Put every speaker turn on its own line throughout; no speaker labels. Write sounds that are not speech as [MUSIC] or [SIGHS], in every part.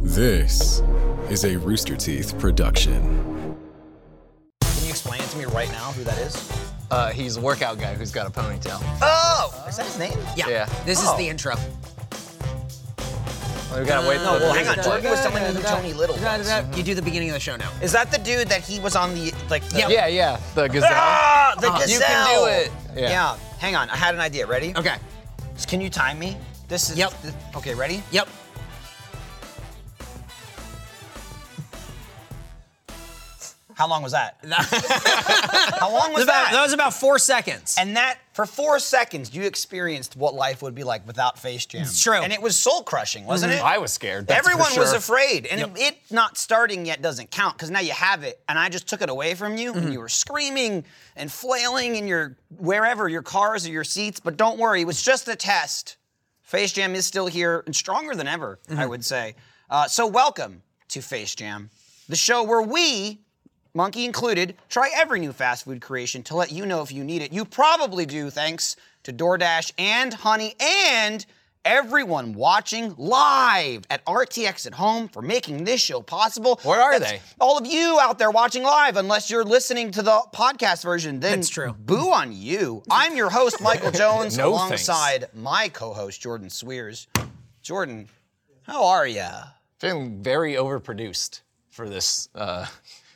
This is a Rooster Teeth production.
Can you explain it to me right now who that is?
Uh, he's a workout guy who's got a ponytail.
Oh! Is that his name?
Yeah.
Yeah.
This
Oh.
is the intro.
We gotta wait.
No,
for the
well, hang on.
music
Jordan
to-
was someone who Tony Little was.
You do the beginning of the show now.
Is that the dude that he was on the like? The,
Yeah, yeah. The gazelle.
Ah, the gazelle.
You can do it.
Yeah.
Yeah.
Hang on. I had an idea. Ready?
Okay.
Can you time me? This is.
Yep.
th- okay. Ready?
Yep.
How long was [LAUGHS] that? How long was
About-
that?
that was about four seconds.
and that for four seconds, you experienced what life would be like without face jam.
It's true.
And it was soul crushing, wasn't it?
Mm-hmm. I was scared. That's for
Everyone was
sure.
afraid, and it not starting yet doesn't count because now you have it, and I just took it away from you,
Mm-hmm.
and you were screaming and flailing in your wherever your cars or your seats. But don't worry, it was just a test. Face Jam is still here and stronger than ever,
Mm-hmm.
I would say. Uh, so welcome to Face Jam, the show where we, Monkey included, try every new fast food creation to let you know if you need it. You probably do, thanks to DoorDash and Honey and everyone watching live at RTX at home for making this show possible.
Where are
That's
they?
All of you out there watching live, unless you're listening to the podcast version, then
That's true.
boo on you. I'm your host,
[LAUGHS]
Michael Jones,
No thanks.
alongside my co-host, Jordan Swears. Jordan, how are you?
Feeling very overproduced for this uh,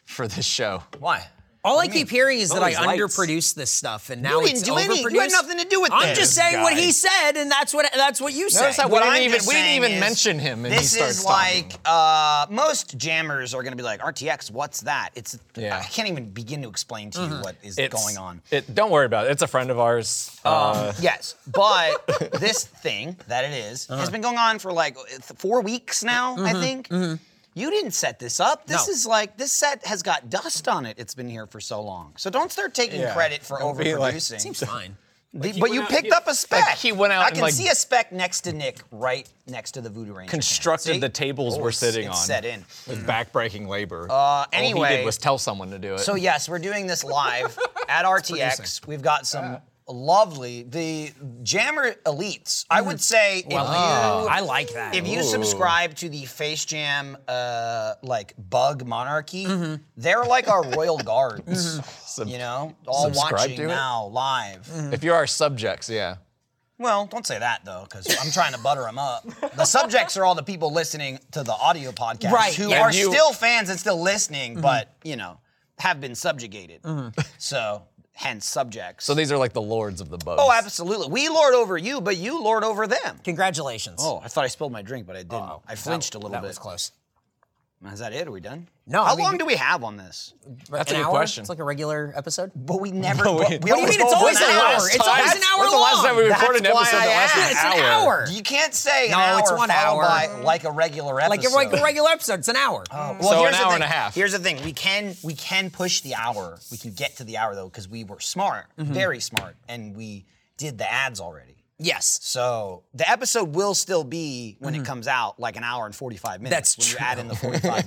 for this show.
Why?
All I keep hearing is that I
these lights.
underproduced this stuff, and now
You didn't
it's
do any. You had
overproduced.
nothing to do with
I'm
this.
just saying what
guy.
he said, and that's what that's what you said.
Notice how-
What
We didn't
I'm
even-
just
we didn't
[LAUGHS]
saying
even
is,
mention him and he
this
starts
is like uh, most jammers are going to be like RTX. What's that? It's
Yeah. Mm-hmm.
I can't even begin to explain to you what is
It's-
going on. Um,
It, don't worry about it. It's a friend of ours. uh,
Yes,
[LAUGHS]
but this thing that it is,
Uh-huh.
has been going on for like uh, th- four weeks now. I
Mm-hmm.
think. You didn't set this up. This
No.
is like this set has got dust on it. It's been here for so long. So don't start taking
Yeah.
credit for
Don't be like-
overproducing.
Seems fine.
The- but you
went out-
picked
he-
up a spec.
like, he went out
I
and,
can
like,
see a spec next to Nick, right next to the Voodoo Ranger. can.
constructed
See?
the tables
Oh,
we're
it's-
sitting
it's
on.
Set in.
With backbreaking labor. Uh, All he
anyway-
did was tell someone to do it.
So yes, we're doing this live
[LAUGHS]
at RTX. We've got some
Uh.
lovely the Jammer elites. I
Mm.
would say if you
I like that.
if you subscribe to the Face Jam uh, like bug monarchy,
Mm-hmm.
they're like our
[LAUGHS]
royal guards. You know, all
subscribe
watching
to it?
now live.
if you're our subjects, yeah.
Well, don't say that though, because I'm trying to butter them up. The subjects are all the people listening to the audio podcast,
Right,
Who
yeah.
are
You-
still fans and still listening, but you know have been subjugated. So, hence subjects.
So these are like the lords of the bugs.
oh, absolutely. We lord over you, but you lord over them.
Congratulations.
Oh, I thought I spilled my drink, but I didn't. I flinched a little
that
bit.
was close.
Is that it? Are we done?
No,
How
I mean-
long do we have on this?
That's
an
a good
hour?
question. [LAUGHS]
It's like a regular episode.
But [LAUGHS] we never. we, what
do you mean it's always an hour? It's always an hour
When's the last
long.
time we
That's
recorded an
why
episode
I
that lasted
asked.
It's an hour.
You can't say an
No,
hour
it's one
followed
hour.
by like a regular episode. Oh.
Like a, like a regular episode. It's an hour. Mm.
Well,
So
here's
an
the
hour
thing.
and a half.
Here's the thing: we can we can push the hour. We can get to the hour though because we were smart,
Mm-hmm.
very smart, and we did the ads already.
Yes.
So the episode will still be when
Mm-hmm.
it comes out like an hour and 45 minutes.
That's
when
true.
you add in the 45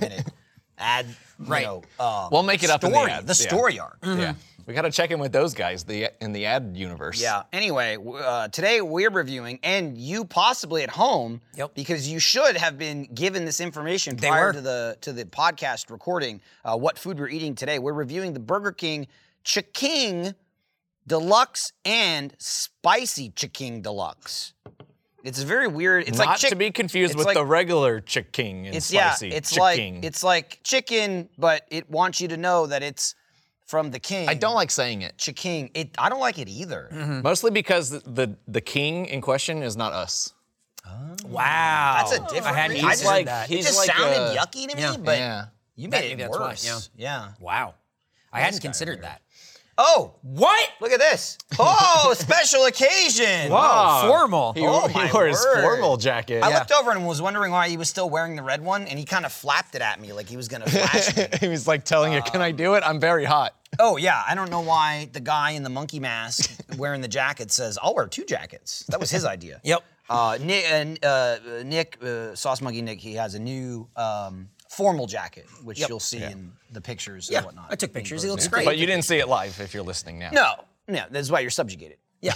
[LAUGHS]
minute ad. you
Right.
know, um,
We'll make it up in the
story,
ads, yeah.
story arc.
Yeah. We gotta check in with those guys the in the ad universe.
Mm-hmm. Yeah. Anyway, w- uh, today we're reviewing, and you possibly at home,
Yep.
because you should have been given this information
They
prior
were.
to the to the podcast recording. Uh, what food we're eating today? We're reviewing the Burger King Chiking Deluxe and Spicy Chiking Deluxe. It's very weird. It's
Not
like chick-
to be confused
it's
with
like-
the regular chick king and
It's
spicy
yeah. It's
chick
like
king.
it's like chicken, but it wants you to know that it's from the king.
I don't like saying it.
chiking. It. I don't like it either.
Mostly because the, the the king in question is not us.
Wow.
That's a different.
I hadn't
reason.
I
considered
just like-
that.
he-
It
He's
just
like
sounded
a-
yucky to me,
Yeah.
but
Yeah.
you
That-
made it
that's why,
worse. yeah.
Wow. I hadn't considered that.
Oh,
What?
look at
[LAUGHS]
this. Oh, special occasion.
Wow.
formal.
He,
Oh,
he
my
wore his
word.
formal jacket.
I looked over and was wondering why he was still wearing the red one, and he kind of flapped it at me like he was gonna flash
[LAUGHS]
me.
[LAUGHS] he was like telling you, "Can I do it? I'm very hot."
Oh yeah, I don't know why the guy in the monkey mask wearing the jacket says, "I'll wear two jackets." That was his idea.
[LAUGHS] Yep.
Uh, Nick, uh, uh, Nick uh, Sauce Monkey Nick, he has a new um, formal jacket, which you'll see in the pictures
Yeah.
and whatnot.
I took
Being
pictures. He
posted.
looks great.
But you didn't see it live if you're listening now.
[LAUGHS] No, no, that's why you're subjugated.
Yeah,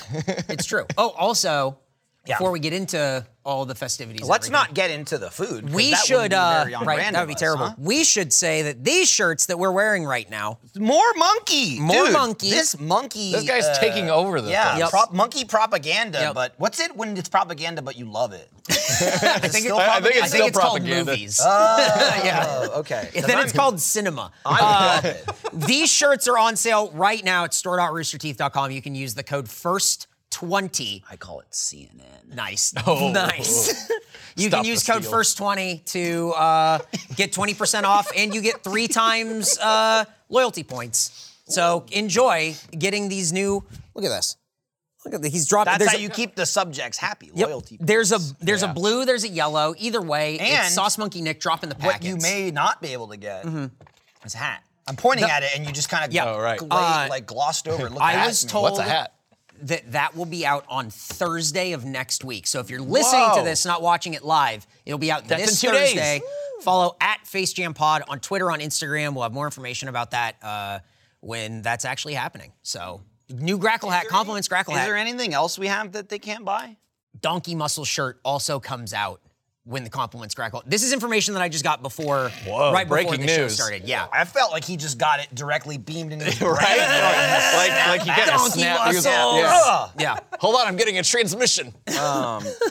it's true. Oh, also, before we get into all the festivities. and
Let's
everything.
not get into the food. 'cause
We
that wouldn't
should,
be
uh,
very on
right?
brand
That
of
would be
us,
terrible.
huh?
We should say that these shirts that we're wearing right now,
More monkey.
More
dude.
monkey.
This monkey.
This guy's
uh,
taking over the
Yeah,
thing.
Yep.
prop, monkey propaganda.
Yep.
But what's it when it's propaganda but you love it?
[LAUGHS] I think,
still
it's-
I think it's
I think
still
it's called
propaganda.
movies.
yeah. Oh, okay.
[LAUGHS] And
'Cause
then
I'm-
it's called cinema. Uh,
I [LAUGHS] love it.
These shirts are on sale right now at store.roosterteeth.com. You can use the code FIRST20.
I call it CNN. [LAUGHS]
Nice. Oh. Nice. you
Stop
can
the
use code
steal.
FIRST20 to uh, get 20% off, and you get three times uh, loyalty points. So enjoy getting these new. Look at this. Look at the, he's dropping.
That's
there's
how
a-
you keep the subjects happy.
Yep.
Loyalty.
There's a there's a blue, there's a yellow. Either way,
And
it's Sauce Monkey Nick dropping the
what
packets.
you may not be able to get is hat. I'm pointing at it, and you just kind of
Mm-hmm. Yeah.
Oh, right.
Uh,
like glossed over. Look
I
at
was
me.
told-
What's
[LAUGHS]
a hat?
that that will be out on Thursday of next week. So if you're listening to
Whoa.
this, not watching it live, it'll be out
That's
this
in two days.
Thursday. Follow at Face Jam Pod on Twitter, on Instagram. We'll have more information about that uh, when that's actually happening. So new Grackle hat, compliments Grackle
Is
hat.
there anything else we have that they can't buy?
Donkey muscle shirt also comes out when the compliments Grackle. This is information that I just got before,
Whoa,
right before
breaking
the show
news.
started. Yeah.
I felt like he just got it directly beamed into his
Right?
brain.
like, like you get a
Donkey
snap. you go,
muscles.
yeah.
Yeah.
Hold on, I'm getting a transmission.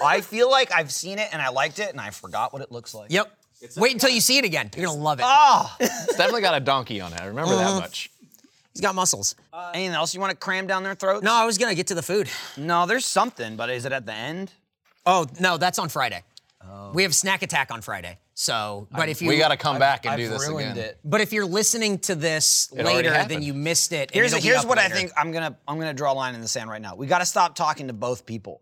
I feel like I've seen it and I liked it and I forgot what it looks like.
Yep. Wait until you see it again. You're gonna love it.
Ah. It's definitely got a donkey on it. I remember
Mm-hmm.
that much.
He's got muscles.
Anything else you want to cram down their throats?
No, I was gonna get to the food.
No, there's something, but is it at the end?
Oh no, that's on Friday. We have Snack Attack on Friday. So, but if you
Oh. we got to come back and
I've
do this
ruined
again.
it.
but if you're listening to this
already
later, then
happened.
you missed it. and
Here's
it'll be
here's
up
what I
later.
think I'm gonna I'm gonna draw a line in the sand right now. We gotta stop talking to both people.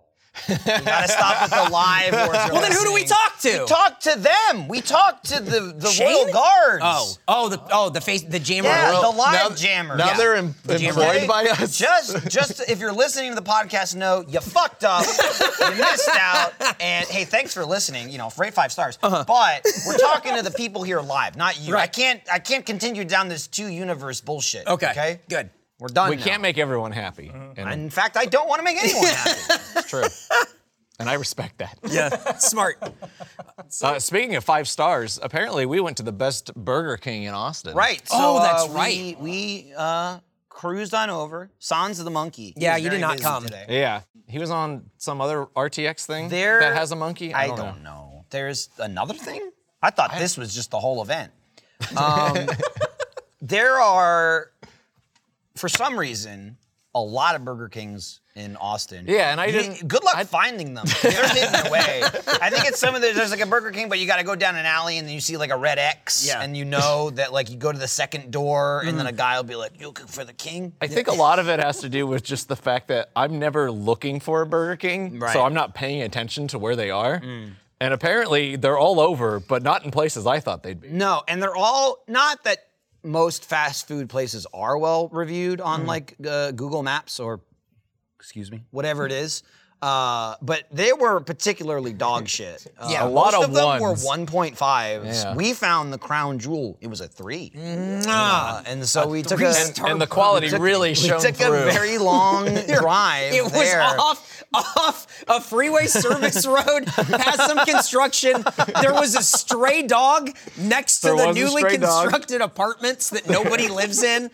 we gotta stop with the live. Or
Well, then who do we talk to?
We talk to them. We talk to the the
Shane?
royal guards.
Oh, oh, the oh, the face, the jammer.
Yeah,
Royal-
the live
now-
jammer.
Now
Yeah.
they're em-
jammer.
employed by us.
[LAUGHS]
Just, just if you're listening to the podcast, know you fucked up, you missed out, and hey, thanks for listening. You know, rate five stars. But we're talking to the people here live, not you. I
Uh-huh. Right.
can't, I can't continue down this two universe bullshit.
okay,
okay,
good.
We're done.
we
now.
can't make everyone happy. And
In fact, I don't want to make
[LAUGHS]
anyone happy.
it's true. And I respect that.
Yeah, smart.
[LAUGHS]
Uh, speaking of five stars, apparently we went to the best Burger King in Austin.
Right. So,
Oh, that's
uh, we-
right.
We uh, cruised on over. Sans of the monkey. He
Yeah,
was
you did
very
not
busy
come.
today.
Yeah. He was on some other RTX thing
There
that has a monkey. I, don't, know.
know. There's another thing. I thought this was just the whole
[LAUGHS]
event. Um, there are, for some reason, a lot of Burger Kings in Austin.
Yeah, and I
You-
didn't-
Good luck finding them. They're
[LAUGHS]
hidden away. I think it's some of the, there's like a Burger King, but you got to go down an alley and then you see like a red X,
Yeah.
and you know that like you go to the second door, and then a guy will be like, "You cook for the king."
Mm-hmm. I think a lot of it has to do with just the fact that I'm never looking for a Burger King,
Right.
so I'm not paying attention to where they are. And apparently they're all over, but not in places I thought they'd be.
No, and they're all not that most fast food places are well reviewed on
Mm.
like uh, Google Maps or excuse me, whatever it is. Uh, but they were particularly
[LAUGHS]
dog shit. Uh,
Yeah, a
lot
most
of
them
ones.
were 1.5s.
Yeah. Mm.
We found the crown jewel. It was a three, Uh, and so we took
three
a
And-
and the quality
we took-
really
we
shone
took
through.
a very
[LAUGHS]
long drive.
It was
there.
off off a
[LAUGHS]
freeway service road, past some construction. There was a stray dog next to
There
the
was a
newly
stray dog.
constructed apartments that nobody lives in.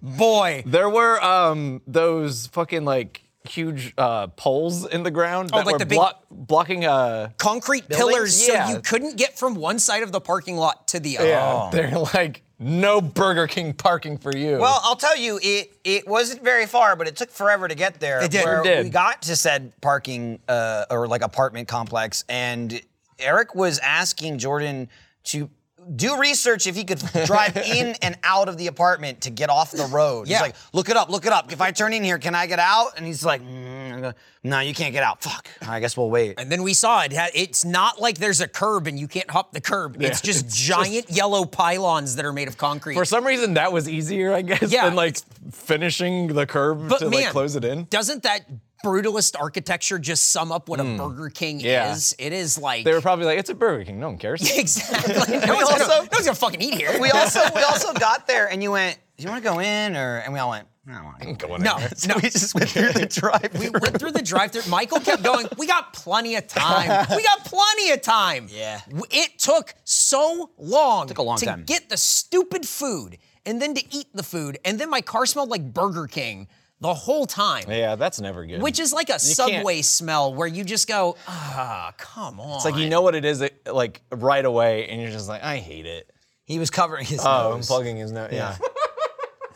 Boy,
There were um, those fucking like huge uh, poles in the ground that
Oh, like
were
the big-
block- blocking uh
concrete pillars,
Yeah.
so you couldn't get from one side of the parking lot to the other.
Yeah. They're like no Burger King parking for you.
Well, I'll tell you, it it wasn't very far, but it took forever to get there.
It did.
Where
Sure
did.
We got to said parking uh, or like apartment complex, and Eric was asking Jordan to do research if he could
[LAUGHS]
drive in and out of the apartment to get off the road.
Yeah.
He's like, look it up, look it up. If I turn in here, can I get out? And he's like, "Mm, no, you can't get out. Fuck. I guess we'll wait.
And then we saw it. had- It's not like there's a curb and you can't hop the curb. it's just giant yellow pylons that are made of concrete.
for some reason that was easier, I guess,
Yeah.
than like finishing the curb
but
to
man,
like close it in.
Doesn't that brutalist architecture just sum up what a Burger King
Hmm. Yeah.
is? It is like
They were probably like, it's a Burger King, no one cares. [LAUGHS]
[LAUGHS] exactly. No one's, gonna,
also-
[LAUGHS] no one's gonna fucking eat here.
we also we also got there and you went do you want to go in? Or and we all went, I don't want to. Go
Going
[LAUGHS]
No,
in.
So we just went through
[LAUGHS]
the drive.
We went through the drive-through. Michael kept going. We got plenty of time. We got plenty of time.
[LAUGHS] Yeah.
W- It took so long,
a long
to
time.
get the stupid food and then to eat the food and then my car smelled like Burger King the whole time.
Yeah, that's never good.
Which is like a subway smell where you just go, ah, come on.
It's like you know what it is it- like right away, and you're just like, I hate it.
He was covering his
Oh, I'm
nose.
plugging his nose.
[LAUGHS]
Yeah.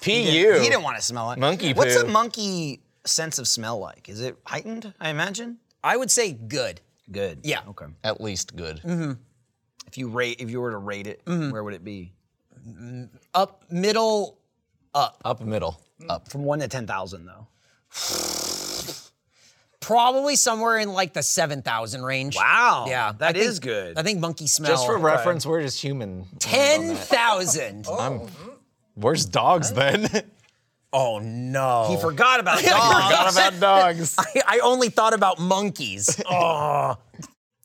Pu.
He didn't want to smell it.
Monkey
What's a
poo.
monkey sense of smell like? Is it heightened? I imagine.
I would say good.
Good.
Yeah.
Okay.
At least good.
If you rate, if you were to rate it,
Mm-hmm.
where would it be?
Up middle,
Up middle.
Oh,
From one to ten thousand, though.
probably somewhere in like the 7,000 range.
Wow.
Yeah.
that
I think-
is good.
I think monkey smell.
Just for reference, we're just human.
10,000.
Where's dogs [LAUGHS] then?
Oh no.
he forgot about dogs.
Forgot about dogs.
[LAUGHS] I only thought about monkeys. oh.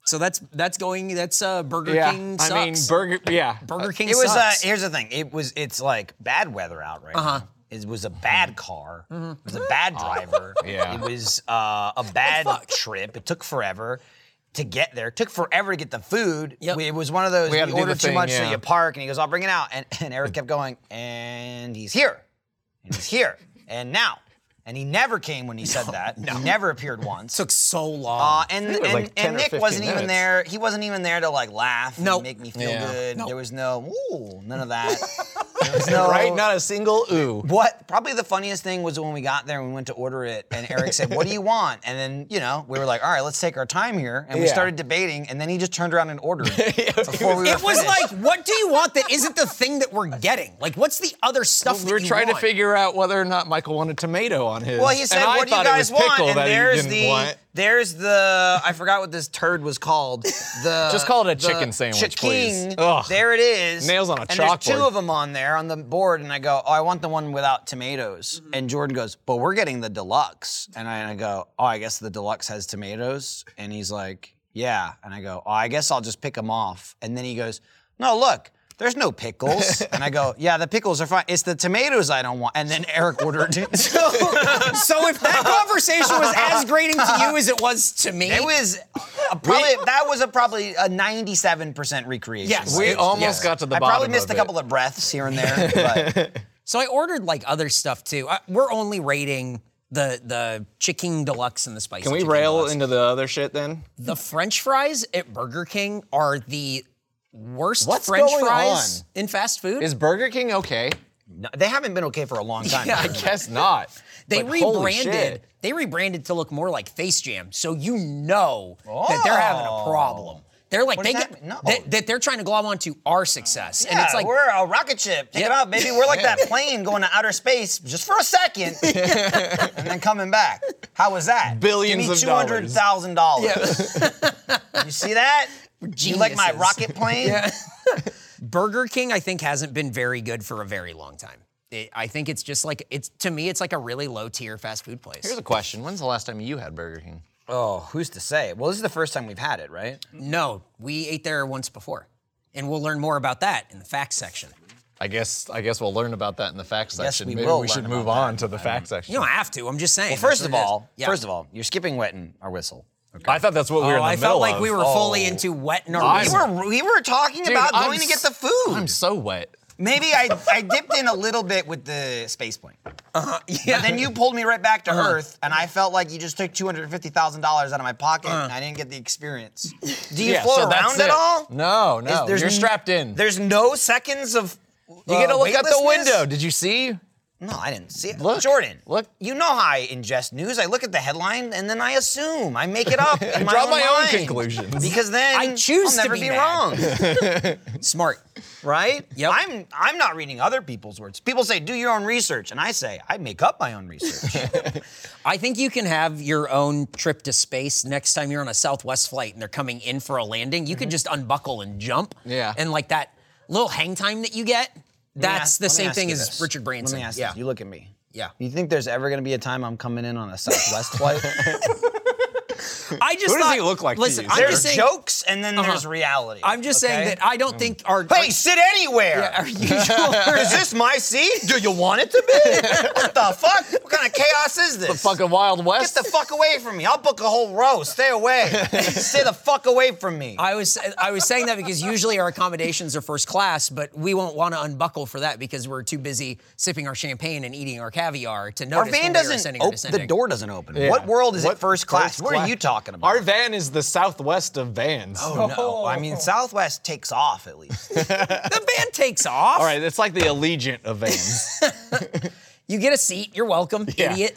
So that's that's going that's uh Burger
yeah.
King sucks.
I mean, burger. Yeah.
Burger King
It was. Uh,
sucks. Uh-huh.
here's the thing. It was. It's like bad weather out right now. It was a
Mm-hmm.
bad car. It was a bad driver.
[LAUGHS] Yeah.
It was uh, a bad trip. It took forever to get there. It took forever to get the food.
Yep.
We- It was one of those.
We had
you
to do the
order too
thing,
much, so
yeah.
you park, and he goes, "I'll bring it out." And, and Eric kept going, and he's here, and he's here, and now, and he never came when he said that. He never appeared once.
took so long.
Uh, and
it was
and,
like
and
10 or
Nick
15
wasn't even
minutes.
there. He wasn't even there to like laugh
Nope.
and make me feel
Yeah.
good.
Nope.
There was no ooh, none of that.
[LAUGHS]
there was no
Right? Not a single ooh.
what probably the funniest thing was when we got there and we went to order it and Eric said, "What do you want?" And then, you know, we were like, "All right, let's take our time here." And we
Yeah.
started debating and then he just turned around and
[LAUGHS]
ordered before we were
it was
finished.
like, what do you want that isn't the thing that we're getting? Like, what's the other stuff
We were
that you
trying to
want?
figure out whether or not Michael wanted tomato on his.
Well, he said,
and I
"What do you
thought it
guys
was
want?"
pickle
And
that he
there's
didn't
the
want.
there's the I forgot what this turd was
[LAUGHS]
called. The
Just call it a
the
chicken sandwich, please.
chiking.
Ugh.
There it is.
Nails on a
and there's two
chalkboard.
of them on there on the board, and I go, "Oh, I want the one without tomatoes."
Mm-hmm.
And Jordan goes, "But we're getting the deluxe." And I, and I go, "Oh, I guess the deluxe has tomatoes." And he's like, "Yeah." And I go, "Oh, I guess I'll just pick them off." And then he goes, "No, look." There's no pickles.
[LAUGHS]
and I go, yeah, the pickles are fine. It's the tomatoes I don't want. And then Eric
[LAUGHS]
ordered it.
so if that conversation was as grating to you as it was to me,
It was a probably that was a probably a 97% recreation.
Yes.
We
Yes.
almost
Yes.
got to the
I
bottom
probably missed
of
a
it.
couple of breaths here and there,
[LAUGHS]
but
So I ordered like other stuff too. I, we're only rating the the chicken deluxe and the spicy.
Can we
chicken
rail
deluxe.
into the other shit then?
the French fries at Burger King are the worst
What's
French
going
fries
on?
in fast food.
Is Burger King okay?
no, they haven't been okay for a long time. [LAUGHS]
Yeah.
I guess not.
they
But holy shit.
rebranded. They rebranded to look more like Face Jam, so you know that they're having a problem. They're like
What
they
does
get
that mean? No.
that, that they're trying to glob onto our success, and
Yeah,
it's like
we're a rocket ship. Take
Yep.
it out, baby. We're [LAUGHS] like that plane going to outer space just for a [LAUGHS] second and then coming back. How was that?
Billions
Give me
of
two
dollars.
hundred thousand dollars. you see that? You like my
geniuses.
rocket plane?
Burger King, I think, hasn't been very good for a very long time. It, I think it's just like it's to me, it's like a really low tier fast food place.
Here's a question. When's the last time you had Burger King?
Oh, who's to say? Well, this is the first time we've had it, right?
No, we ate there once before, and we'll learn more about that in the facts section.
I guess I guess we'll learn about that in the facts section.
we
Maybe
will
we
learn
should
about
move
that.
on to the facts section.
You don't have to. I'm just saying.
Well, first
that's
of
what it is.
all,
Yeah.
first of all, you're skipping Wetton or Whistle.
I thought that's what we were in
oh,
the
I
middle
felt like
of.
we were
Oh,
fully into wet and
I'm-
We
[LAUGHS]
were we were talking
dude,
about
I'm
going to get
s-
the food.
I'm so wet.
Maybe I, I dipped in a little bit with the space plane.
yeah.
But then you pulled me right back to
Uh-huh.
Earth, and I felt like you just took two hundred fifty thousand dollars out of my pocket, and I didn't get the experience. Do
Uh.
you
Yeah,
float
so that's
around at
it.
all?
No, no.
Is- there's
You're
n-
strapped in.
There's no seconds of. uh,
you get to look out the window. Did you see?
No, I didn't see it.
Look,
Jordan.
look.
You know how I ingest news. I look at the headline and then I assume. I make
[LAUGHS]
it up. in my
Draw
own
my own
mind.
conclusions.
Because then
I choose
I'll
to
never
be
be,
mad.
wrong.
smart.
right?
Yep.
I'm I'm not reading other people's words. People say do your own research, and I say I make up my own research.
I think you can have your own trip to space next time you're on a Southwest flight and they're coming in for a landing. You could
Mm-hmm.
just unbuckle and jump.
Yeah.
And like that little hang time that you get,
Let me
[LAUGHS] that's
ask-
the
let me
same
ask
thing
you
as
this.
Richard Branson.
Let me ask
yeah.
this. You look at me.
Yeah. [LAUGHS]
You think there's ever going to be a time I'm coming in on a Southwest flight?
I just
Who does
thought-
he look like to
Listen,
you,
I'm
sir?
just
There's
saying. Uh-huh.
jokes and then there's reality.
I'm just saying
okay?
that I don't think our
Hey, sit anywhere. [LAUGHS]
our [LAUGHS] usual
Is this my seat? Do you want it to
[LAUGHS]
be? what the fuck? What kind of chaos is this?
The fucking Wild
Get
West.
the fuck away from me. I'll book a whole row. Stay
[LAUGHS]
away. Stay the fuck away from me.
I was I was saying that because usually our accommodations are first class, but we won't want to unbuckle for that because we're too busy sipping our champaign and eating our caviar to
Our
notice when
van
we are
doesn't
ascending or
open. The
descending.
door doesn't open.
Yeah.
What world is
What
it first class?
first
what are
class?
you talking about?
Our van is the Southwest of vans.
Oh, no. [LAUGHS] I mean, Southwest takes off at least.
The van takes off.
All right, it's like the Allegiant of vans.
You get a seat. You're welcome,
Yeah.
idiot.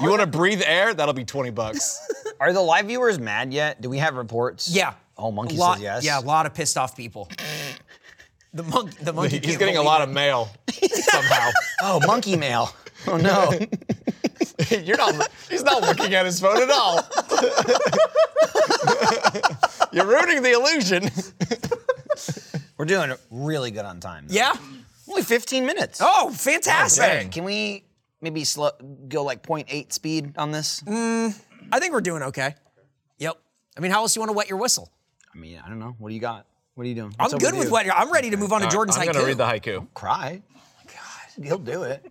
you want to breathe air? That'll be
[LAUGHS]
20 bucks.
[LAUGHS] are the live viewers mad yet? Do we have reports?
Yeah.
Oh, Monkey
A lot-
says yes.
Yeah, a lot of pissed off people. The monk, the monkey.
He's getting a lot of
[LAUGHS]
mail [LAUGHS] somehow.
[LAUGHS] Oh, Monkey Mail.
[LAUGHS]
Oh no.
You're not. He's not looking at his phone at all. [LAUGHS] You're ruining the illusion.
We're doing really good on time. though.
Yeah.
Only 15 minutes.
Oh,
Hey,
fantastic.
Can we maybe slow, go like 0.8 speed on this?
Mm. I think we're doing okay. Yep. I mean, how else you want to wet your whistle?
I mean, I don't know. What do you got? What are you doing?
I'm
What's up
good with
you?
wet. I'm ready to move on to Jordan's
I'm
haiku.
gonna read the haiku.
Cry. Oh my God. He'll do it.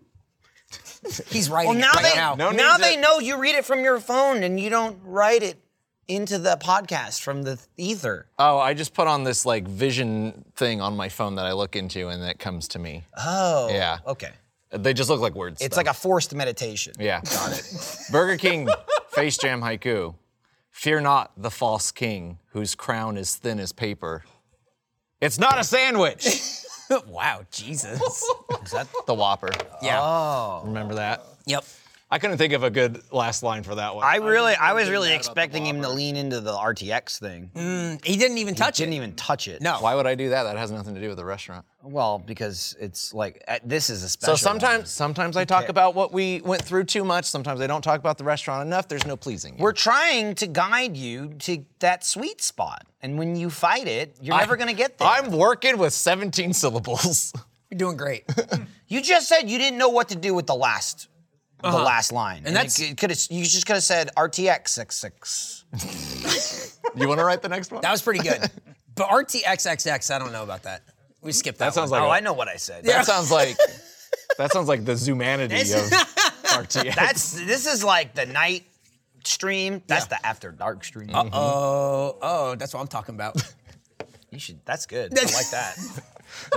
He's writing
Well, now
it right
they
now.
no
now
need
they
to-
know you read it from your phone and you don't write it into the podcast from the ether.
Uh,
Oh, I just put on this like vision thing on my phone that I look into and that comes to me.
Oh.
Yeah.
Okay.
They just look like words.
It's
though.
like a forced meditation. [LAUGHS]
Yeah. Got it. Burger King face jam haiku. Fear not the false king whose crown is thin as paper.
It's not a
[LAUGHS]
sandwich.
[LAUGHS] wow, Jesus.
Is that Oh.
The Whopper.
yeah.
Remember that?
Yep.
I couldn't think of a good last line for that one.
I really I was really expecting him to lean into the RTX thing.
He didn't even touch
Didn't
it.
even touch it.
No.
Why would I do that? That has nothing to do with the restaurant.
Well, because it's like uh, this is a
So
special.
sometimes sometimes I talk about what we went through too much. Sometimes I don't talk about the restaurant enough. There's no pleasing.
one. we're trying to guide you to that sweet spot, and when you fight it, you're never gonna get there.
I'm working with 17 syllables. [LAUGHS]
You're doing great.
You just said you didn't know what to do with the last, the last line, and,
Uh-huh. that's-
could have. You just could have said RTX six six.
you want to write the next one?
That was pretty good. But RTXXX, I don't know about that. We skipped that.
that sounds
one.
like
Oh,
a-
I know what I said.
That sounds like
that sounds like
[LAUGHS]
the zoomanity of RTX.
That's this is like the night stream. That's the after dark stream. Uh-oh.
Oh, oh, that's what I'm talking about.
You should. That's
[LAUGHS]
good. I like that.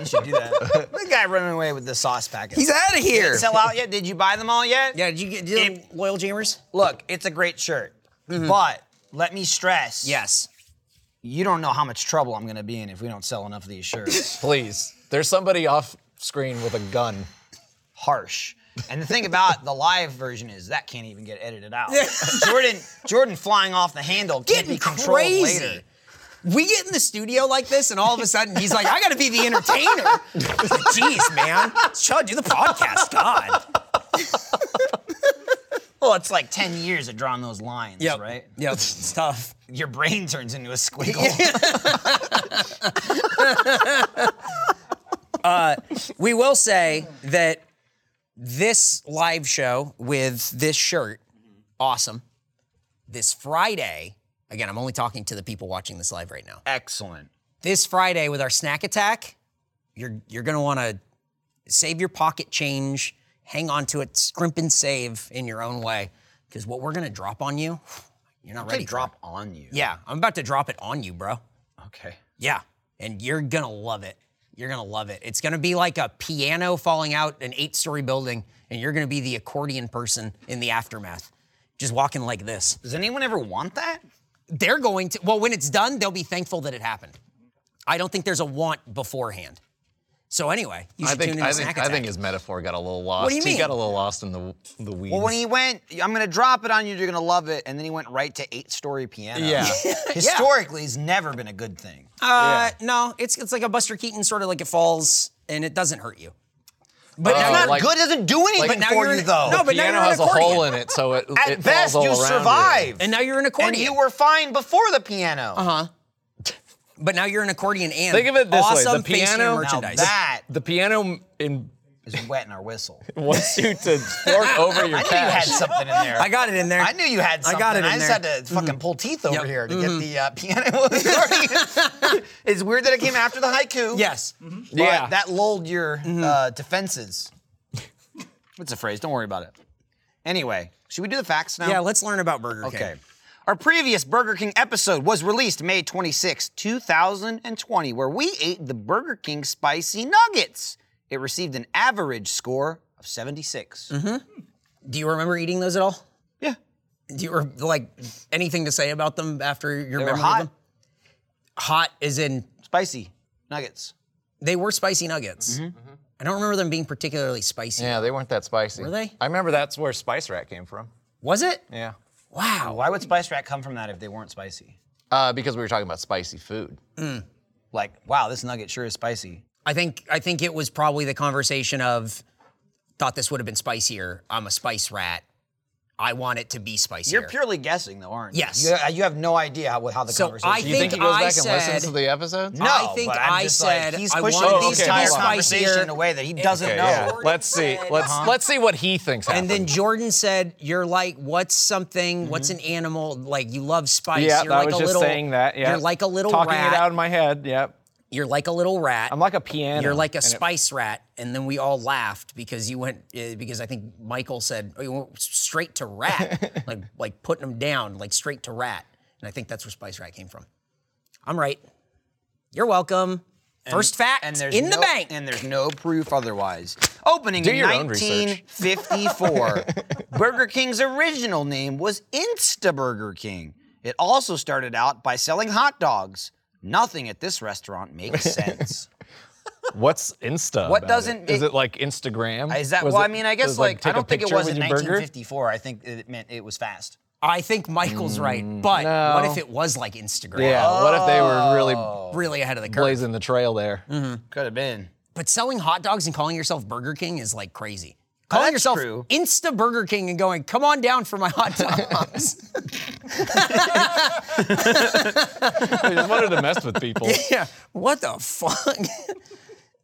You should do that. the guy running away with the sauce packet.
He's out of here.
Sell out yet? Did you buy them all yet?
Yeah, did you get did you loyal jammers?
Look, it's a great shirt, but let me stress.
Mm-hmm. Yes.
You don't know how much trouble I'm gonna be in if we don't sell enough of these shirts. [LAUGHS]
please. There's somebody off screen with a gun.
harsh. And the thing about the live version is that can't even get edited out. Jordan, Jordan flying off the handle can't
Getting
be controlled
crazy.
later.
We get in the studio like this, and all of a sudden he's like, I gotta be the entertainer. Jeez, man. Chud, do the podcast. God.
Well, it's like 10 years of drawing those lines,
Yep.
right?
Yep. It's tough.
Your brain [LAUGHS] turns into a squiggle.
We will say that this live show with this shirt, awesome. This Friday, again, I'm only talking to the people watching this live right now.
Excellent.
This Friday with our snack attack, you're you're gonna wanna save your pocket change, hang on to it, scrimp and save in your own way. Because what we're gonna drop on you, [SIGHS] you're not
They
ready. for
drop on you.
it. Yeah, I'm about to drop it on you, bro.
Okay.
Yeah. And you're going to love it. You're going to love it. It's going to be like a piano falling out an eight story building, and you're going to be the accordion person in the aftermath, just walking like this.
Does anyone ever want that?
They're going to, well, when it's done, they'll be thankful that it happened. I don't think there's a want beforehand. So, anyway, you
I
should
think
tune in
I
to
think,
Snack
I
Attack.
think his metaphor got a little lost.
do you
He
mean?
got a little lost in the the weeds.
Well, when he went, I'm gonna drop it on you. You're gonna love it, and then he went right to eight-story piano.
Yeah.
[LAUGHS] Historically, it's never been a good thing.
uh, No, it's, it's like a Buster Keaton, sort of like it falls and it doesn't hurt you. But
it's
now-
not
like-
good. It doesn't do anything
But now
for
you're
you,
in-
though.
no, but now
piano
you're an
has a hole
accordion.
in it, so it
At
it
best,
falls all
you
around you.
survive.
and now you're an accordion.
And you were fine before the piano. Uh-huh.
but now you're an accordion and
Think of it this way: the
awesome
piano,
merchandise.
that-
the piano in
is wetting our whistle.
wants you to
[LAUGHS]
fork over your
I knew you had
cash.
something in there.
I got it in there.
I knew you had
I
something.
got it in
I just
there. Mm-hmm.
had to fucking pull teeth over
Yep. Mm-hmm.
here to get the uh, [LAUGHS] piano. started. [LAUGHS] it's weird that it came after the haiku.
Yes. Mm-hmm.
but
Yeah.
that lulled your uh, defenses. What's the phrase? Don't worry about it. Anyway, should we do the facts now?
Yeah, let's learn about Burger King.
Okay. Our previous Burger King episode was released May 26, 2020, where we ate the Burger King spicy nuggets. It received an average score of 76.
Mm-hmm. Do you remember eating those at all?
Yeah.
Do you re- like anything to say about them after your
They
memory
were
of
hot,
them? Hot as in
spicy nuggets.
they were spicy nuggets.
Mm-hmm.
I don't remember them being particularly spicy.
Yeah, they weren't that spicy.
Were they?
I remember that's where Spice Rack came from.
Was it?
Yeah.
Wow.
Why would Spice Rack come from that if they weren't spicy?
Uh, because we were talking about spicy food.
Like, wow, this nugget sure is spicy.
I think I think it was probably the conversation of thought this would have been spicier. I'm a spice rat. I want it to be spicier.
You're purely guessing, though, aren't you?
Yes.
You, uh, you have no idea how, how the
So
conversation.
I
Do you think,
think
he goes
I
back and
said-
listens to the episodes?
No. I think
but I'm
I
just
said
like, he's
I
pushing
wanted
these
these to
entire
be spicier.
conversation in a way that he doesn't
Okay,
know.
yeah.
Let's see.
said-
Let's
Let's see what he thinks happened.
And then Jordan said, "You're like, what's something? What's an animal? Like you love spice.
Mm-hmm. Yeah,
you're
I
like
was
a
just
little,
saying that. Yeah,
You're like a little
talking
rat.
it out in my head. Yep,
You're like a little rat.
I'm like a piano.
You're like a
and it-
spice rat." And then we all laughed because you went uh, because I think Michael said oh, you went straight
[LAUGHS]
to rat, like like putting him down, like straight to rat. And I think that's where spice rat came from. I'm right. You're welcome. First fact
and there's
in the
no-
bank.
and there's no proof otherwise. Opening in
your own research.
1954,
[LAUGHS]
Burger King's original name was InstaBurger King. It also started out by selling hot dogs. Nothing at this restaurant
[LAUGHS]
makes sense.
What's Insta?
What
about
doesn't
it? Is
make-
it like Instagram?
Is that
Was
well?
it-
I mean, I guess
does,
like, I
take a
don't think it
picture
was
with
in
your burger?
1954. I think it meant it was fast.
I think Michael's right, but what if it was like Instagram?
Mm,
Oh,
Yeah. What if they were really
Really ahead of the curve.
blazing the trail
[LAUGHS]
there?
Mm-hmm.
Could have been.
But selling hot dogs and calling yourself Burger King is like crazy. Calling
that's
yourself
true.
Insta Burger King and going, come on down for my
[LAUGHS]
hot dogs.
[LAUGHS] I just wanted to mess with
[LAUGHS]
people.
yeah. What the fuck? [LAUGHS]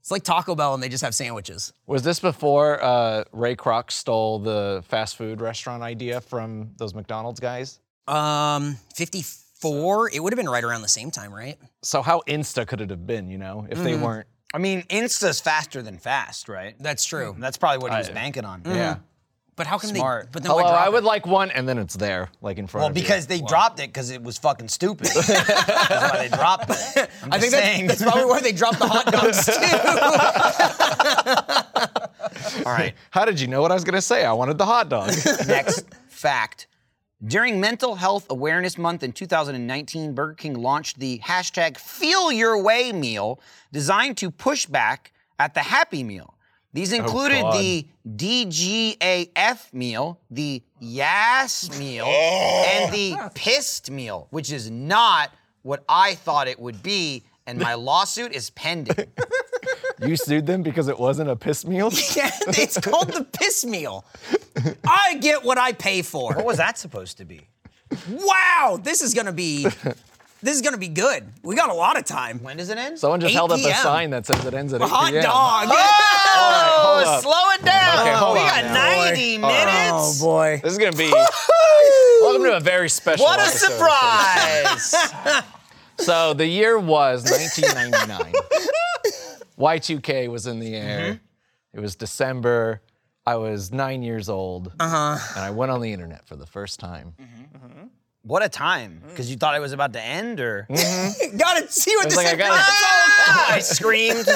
it's like Taco Bell and they just have sandwiches.
Was this before uh, Ray Kroc stole the fast food restaurant idea from those McDonald's guys?
Um, 54, it would have been right around the same time, right?
So how Insta could it have been? You know, if
Mm-hmm.
they weren't.
I mean, Insta's faster than fast, right?
That's true.
That's probably what he was banking on.
Yeah.
Hmm, But how come
Smart.
they but then
Hello,
why drop
Oh, I would
it?
like one, and then it's there, like in front
Well,
of you.
because they dropped it because it was fucking [LAUGHS] stupid. that's why they dropped
[LAUGHS]
it. I'm
I
just
think that's,
saying. [LAUGHS]
that's probably why they dropped the hot [LAUGHS] dogs too.
All right.
How did you know what I was gonna say? I wanted the hot dog.
Next fact. During Mental Health Awareness Month in 2019, Burger King launched the hashtag Feel Your Way meal designed to push back at the Happy Meal. These included
God.
the DGAF meal, the Yas meal, and the Pissed meal, which is not what I thought it would be, and my lawsuit is pending.
you sued them because it wasn't a piss meal.
Yeah, it's called the piss meal. I get what I pay for.
What was that supposed to be?
wow, this is gonna be this is gonna be good. We got a lot of time.
When does it end?
Someone just
8
held up a
PM.
sign that says it ends at 8
Hot
p.m.
dog. [LAUGHS]
Oh,
hold up.
slow it down.
Okay, hold
we
on
got
now.
90
Oh,
minutes.
Oh, boy.
[LAUGHS] This is gonna be. welcome to a very special.
What a
episode.
surprise.
So the year was [LAUGHS] 1999. Y2K was in the air. It was December. I was nine years old, uh-huh. and I went on the internet for the first time.
[LAUGHS] what a time. Because you thought it was about to end [LAUGHS] or
Gotta see what
It's
this
like I
is.
got
Ah, I screamed.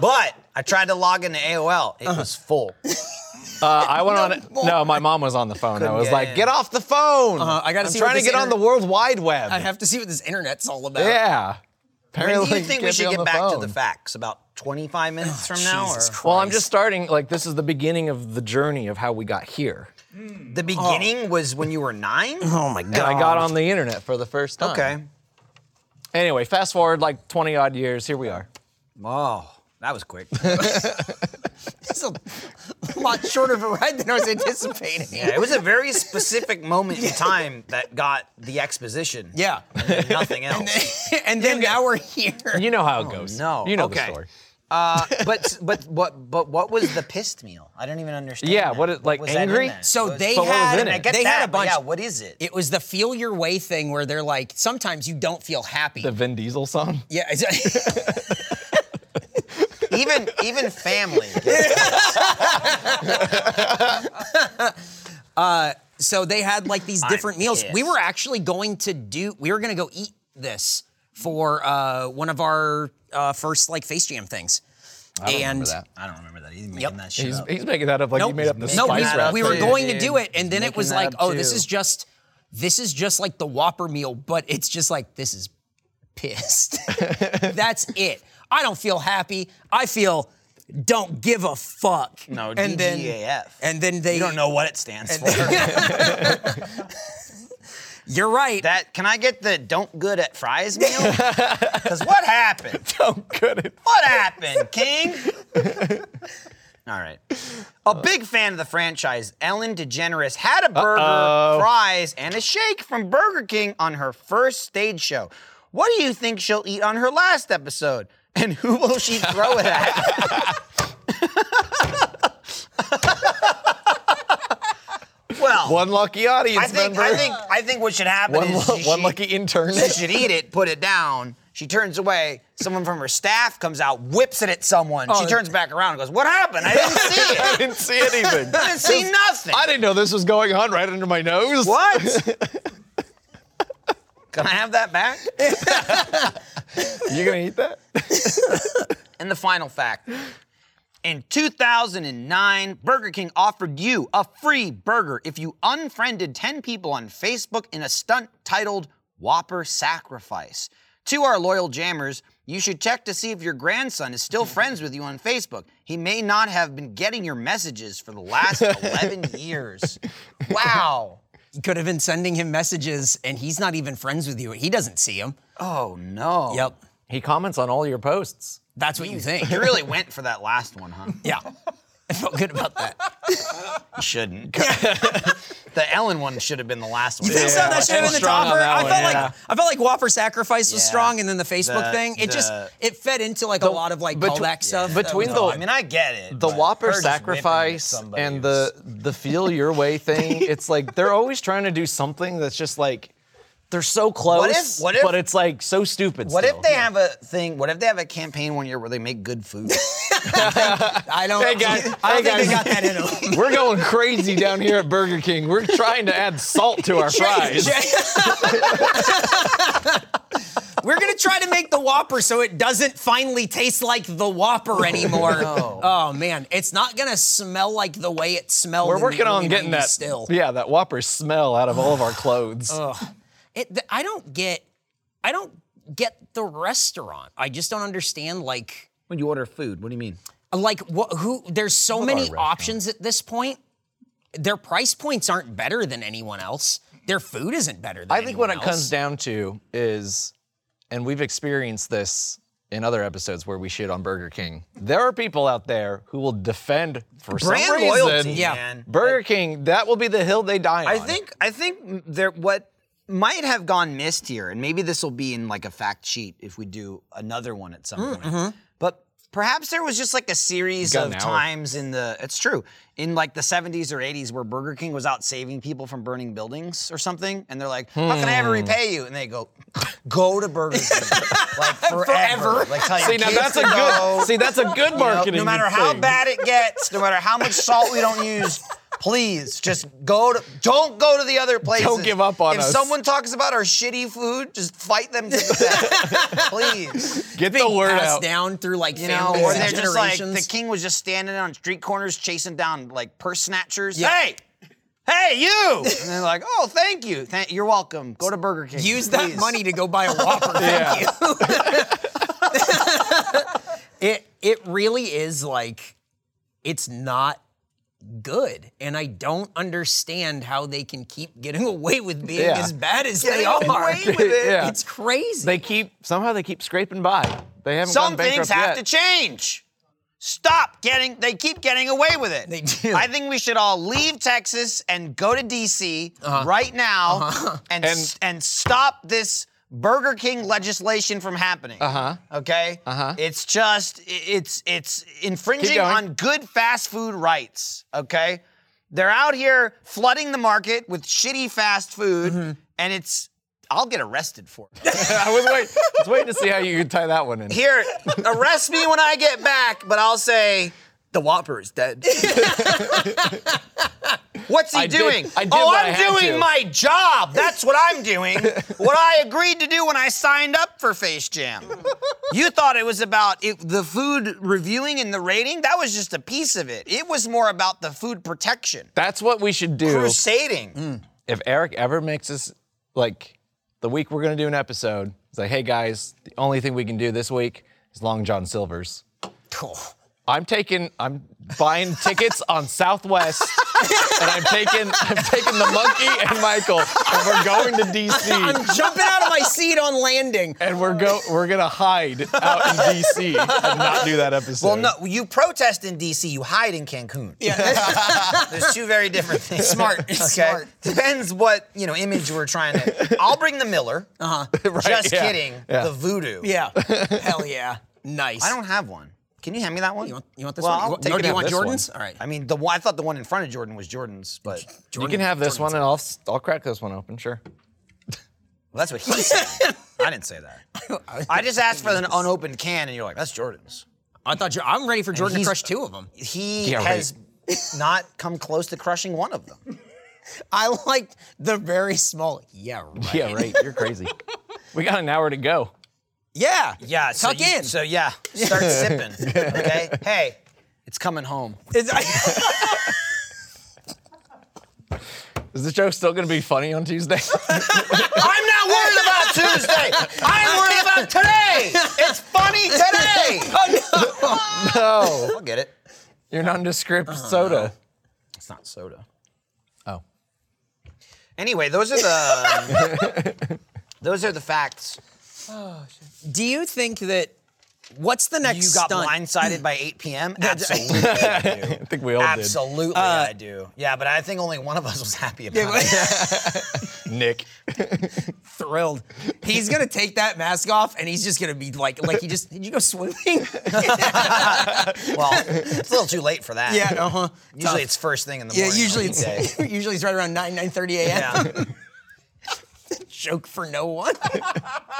but I tried to log into AOL. It
Uh-huh.
was
[LAUGHS]
full.
Uh,
[LAUGHS]
I went on. it. No, my mom was on the phone. I was
get
like,
in.
"Get off the phone!
Uh-huh, I gotta
I'm
see what
trying to
this
get on the
inter-
World Wide Web."
I have to see what this internet's all about. [LAUGHS]
yeah.
When
Apparently,
do you think we
can't be
should
on
get
the
back
phone.
to the facts? About 25 minutes from now?
Oh, Jesus
or-
Christ.
Well, I'm just starting. Like, this is the beginning of the journey of how we got here.
The beginning was when you were nine?
Oh my god.
And I got on the internet for the first time.
Okay.
Anyway, fast forward like 20 odd years. Here we are.
Oh, that was quick.
It's a [LAUGHS] lot shorter of a ride than I was anticipating.
Yeah, it was a
[LAUGHS]
very specific moment in time that got the exposition.
Yeah.
And nothing else.
[LAUGHS] and then now we're here.
You know how it goes.
Oh, no.
You know
okay.
the story.
[LAUGHS] Uh, but but what but what was the pissed meal? I don't even understand.
Yeah,
that.
what it- like,
was that in
angry?
there?
So
What was-
they
but what was
had-
in it? I get
they had
that,
a
but
bunch-
Yeah, what is it?
It was the feel your way thing where they're like, sometimes you don't feel happy.
The Vin Diesel song.
yeah. it's-
[LAUGHS]
[LAUGHS]
even even [LAUGHS] family. gets it.
so they had like these different meals. We
pissed.
were actually going to do, we were going to go eat this for uh, one of our uh, first like Face Jam things. I
don't
and
remember that.
I don't remember that. He's making
Yep.
that shit
He's,
up.
he's making that up like he made up the
no,
spice
that
we,
rack
up
we were
too,
going to
dude.
do it, and then it
Making
was
that
like,
up
oh, this
too.
is just, this is just like the Whopper meal, but it's just like this is pissed. [LAUGHS] That's it. I don't feel happy. I feel don't give a fuck.
No,
and then
DGAF.
and then they
you don't know what it stands for.
You're right.
[LAUGHS] that can I get the don't good at fries meal?
[LAUGHS]
[LAUGHS] Because what happened?
[LAUGHS] don't good at
What happened, King? [LAUGHS] All right. A big fan of the franchise, Ellen DeGeneres had a burger, fries, and a shake from Burger King on her first stage show. What do you think she'll eat on her last episode? And who will she throw it at? [LAUGHS] well,
one lucky audience
[LAUGHS] I think
member.
I think I think what should happen
one,
is
lu-
she-
one lucky intern.
she should eat it, put it down. She turns away. Someone from her staff comes out, whips it at someone. she turns back around and goes, "What happened? I didn't see
Oh. [LAUGHS] I
it.
didn't see anything.
I didn't see nothing.
I didn't know this was going on right under my nose.
what? Can I have that back?"
You gonna eat that?
And the final fact. In 2009, Burger King offered you a free burger if you unfriended 10 people on Facebook in a stunt titled Whopper Sacrifice. To our loyal jammers, you should check to see if your grandson is still friends with you on Facebook. He may not have been getting your messages for the last
[LAUGHS]
11 years. Wow.
You could have been sending him messages, and he's not even friends with you. He doesn't see him.
Oh, no.
Yep.
He comments on all your posts.
That's what you think.
You [LAUGHS] really went for that last one, huh?
yeah. [LAUGHS] I felt good about that.
You
[LAUGHS]
shouldn't. the Ellen one should have been the last one.
You think so?
Yeah,
That should have been the
strong on
topper.
that
I
one,
felt
yeah.
like I felt like Whopper sacrifice was
Yeah.
strong, and then the Facebook
The-
thing. It just
the-
it fed into like a lot of like
betw-
callback stuff. that
Between
was
the
on.
I mean, I get it.
the
but
Whopper
her just whipping it at
sacrifice
somebody
and
was-
[LAUGHS] the the feel your way thing, it's like they're always trying to do something that's just like they're so close,
if- what if-
but it's like so stupid.
What
still.
if they have a thing? What if they have a campaign one year where they make good [LAUGHS] food?
I don't.
Hey, guys.
[LAUGHS] I
Hey,
don't think they
guys.
got that
[LAUGHS]
in [LAUGHS] them.
We're going crazy down here at Burger King. We're trying to add
[LAUGHS]
salt to our fries.
[LAUGHS] We're gonna try to make the Whopper so it doesn't finally taste like the
[LAUGHS]
Whopper anymore. Oh man, it's not gonna smell like the way it smelled. in
We're
the
working on
early
getting
90s
that
still.
Yeah, that Whopper smell out of all of our clothes.
Oh.
It, th- I don't get. I don't get the restaurant. I just don't understand like.
when you order food, what do you mean?
like what who there's so many options at this point their price points aren't better than anyone else their food isn't better than
I think what it
anyone else.
comes down to is, and we've experienced this in other episodes where we shit on Burger King. There are people out there who will defend for
Brand
some reason.
loyalty,
Yeah.
man.
Burger King, that will be the hill they die
I
on.
think I think there what might have gone missed here, and maybe this will be in like a fact sheet if we do another one at
Mm,
some
mm-hmm.
point. But perhaps there was just like a series
Got
of
an hour.
times in the it's true in like the 70s or 80s where Burger King was out saving people from burning buildings or something, and they're like, "How can I ever
Hmm.
repay you?" And they go, "Go to Burger
[LAUGHS]
King like forever." like tell your
See, now
kids
that's
to
a
go.
good. See, that's a good
You know,
marketing.
no matter how
thing.
bad it gets, no matter how much salt we don't use, please just go to. Don't go to the other places.
give up on
if
us.
If someone talks about our shitty food, just fight them to the death,
[LAUGHS]
please.
get the word
passed
out.
down through like
You know,
families
or
and
they're just like
generations
the king was just standing on street corners chasing down like purse snatchers.
Yeah.
Hey. Hey, you! And they're like, "Oh, thank you. Thank, you're welcome. Go to Burger King.
use that
please."
money to go buy
[LAUGHS]
a whopper thank you [LAUGHS] it it really is like it's not good and i don't understand how they can keep getting [LAUGHS] away with being
Yeah.
as bad as
Getting
they are
away with it.
Yeah.
it's crazy
They keep somehow they keep scraping by. They haven't
Some
gone
things
bankrupt
have
yet. [LAUGHS]
to change. Stop getting, they keep getting away with it.
They do.
I think we should all leave
Uh-huh.
Texas and go to DC right now and, s- and stop this Burger King legislation from happening. Uh
Uh-huh.
huh. Okay. Uh huh. It's just i- it's it's infringing
going.
on good fast food rights. Okay. They're out here flooding the market with shitty fast food,
Mm-hmm.
and it's I'll get arrested for it.
I was wait, I was waiting to see how you could tie that one in.
Here, arrest me when I get back, but I'll say the Whopper is
[LAUGHS]
dead. What's he
I did-
doing?
I did
oh,
what I
I'm
had
doing
to."
my job. That's what I'm doing. what I agreed to do when I signed up for Face Jam. you thought it was about it, the food reviewing and the rating. That was just a piece of it. It was more about the food protection,
That's what we should do. Mm.
crusading.
if Eric ever makes us like the week we're gonna do an episode, it's like, hey guys, the only thing we can do this week is Long John [SIGHS] Silver's.
Cool.
I'm taking, I'm buying tickets on Southwest, and I'm taking, I'm taking the monkey and Michael, and we're going to [LAUGHS] DC,
Jumping out of my seat on landing.
and we're go, we're gonna hide out in DC and not do that episode.
Well, no, you protest in D.C., you hide in Cancun. [LAUGHS] There's two very different things. Smart. [LAUGHS] Okay?
Smart.
Depends what, you know, image we're trying
[LAUGHS]
to. I'll bring the Miller. Uh-huh. Just
yeah,
kidding. The voodoo.
Yeah. Hell yeah. Nice.
I don't have one. Can you hand me that one?
You want, you want this
well,
one?
I'll
You want-
take
no,
it
do you
out.
want
this one.
Jordan's? All right.
I mean, the one, I thought the one in front of Jordan was Jordan's,
[LAUGHS]
but
you can have this one, and I'll, s- I'll crack this one open, sure.
well, that's what he said. I didn't say
[LAUGHS]
that. I just asked for an unopened can, and you're like, that's Jordan's.
I thought you I'm ready for Jordan to
he's-
crush two of them.
He
Yeah, right.
has not come close to crushing one of them.
[LAUGHS] I liked the very small. Yeah, right.
Yeah, right. You're crazy. [LAUGHS] we got an hour to go.
Yeah.
Yeah, so
Tuck
you-
in.
So yeah, [LAUGHS] start sipping. Okay. Hey, it's coming home.
It's- [LAUGHS]
Is the show still gonna be funny on Tuesday? [LAUGHS]
I'm not worried about Tuesday. I'm worried about today. It's funny today. [LAUGHS] oh no. I'll get it.
Your nondescript
Oh,
soda.
It's not soda.
Oh.
Anyway, those are the [LAUGHS] those are the facts.
Do you think that what's the next
You got
stunt? [LAUGHS]
blindsided by 8 [LAUGHS] p.m. Absolutely, I do. Uh,
I think we all
Absolutely, I do. Yeah, but I think only one of us was happy about it.
did. Nick.
[LAUGHS] thrilled. He's gonna take that mask off and he's just gonna be like, like he just did you go swimming?
Well, it's a little too late for [LAUGHS] that.
[LAUGHS] yeah, uh huh.
Usually it's first thing in the
yeah.
morning.
Usually
on
[LAUGHS]
weekday.
it's usually it's right around nine nine thirty a.m.
Yeah,
Joke for no one.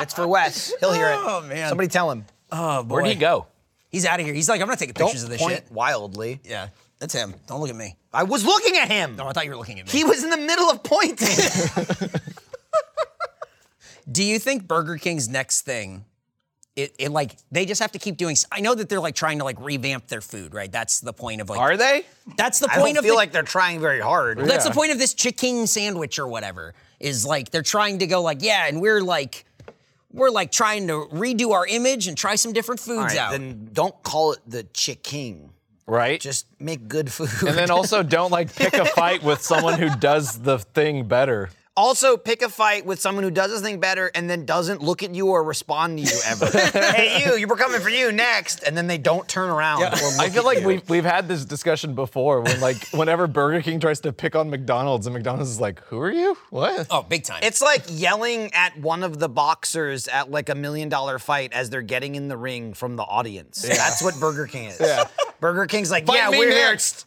it's for Wes. He'll hear it.
Oh, man.
Somebody tell him.
[LAUGHS] Where'd he go?
He's out of here. He's like, I'm not taking pictures of this
point
shit.
wildly.
Yeah, that's him. Don't look at me.
I was looking at him.
Oh, I thought you were looking at me.
He was in the middle of
[LAUGHS]
pointing.
Do you think Burger King's next thing? It, it like they just have to keep doing. s- I know that they're like trying to like revamp their food, right? That's the point of like.
Are they?
that's the
I
point
don't
of
feel
the-
like they're trying very hard.
That's the point of this chicken sandwich or whatever. Is like they're trying to go like, yeah, and we're like we're like trying to redo our image and try some different foods
All right,
out.
then don't call it the chick king.
Right.
Just make good food.
and then also don't like pick a fight with someone who does the thing better.
[LAUGHS] also pick a fight with someone who does this thing better and then doesn't look at you or respond to you
[LAUGHS]
ever. hey, you, you we're coming for you next. And then they don't turn around. or look
I feel
at
like
you.
we've we've had this discussion before when like whenever Burger King tries to pick on McDonald's and McDonald's is like, who are you? What?
oh, big time.
It's like yelling at one of the boxers at like a million dollar fight as they're getting in the ring from the audience. That's what Burger King is. Burger King's like,
Fight
yeah,
me
we're
next."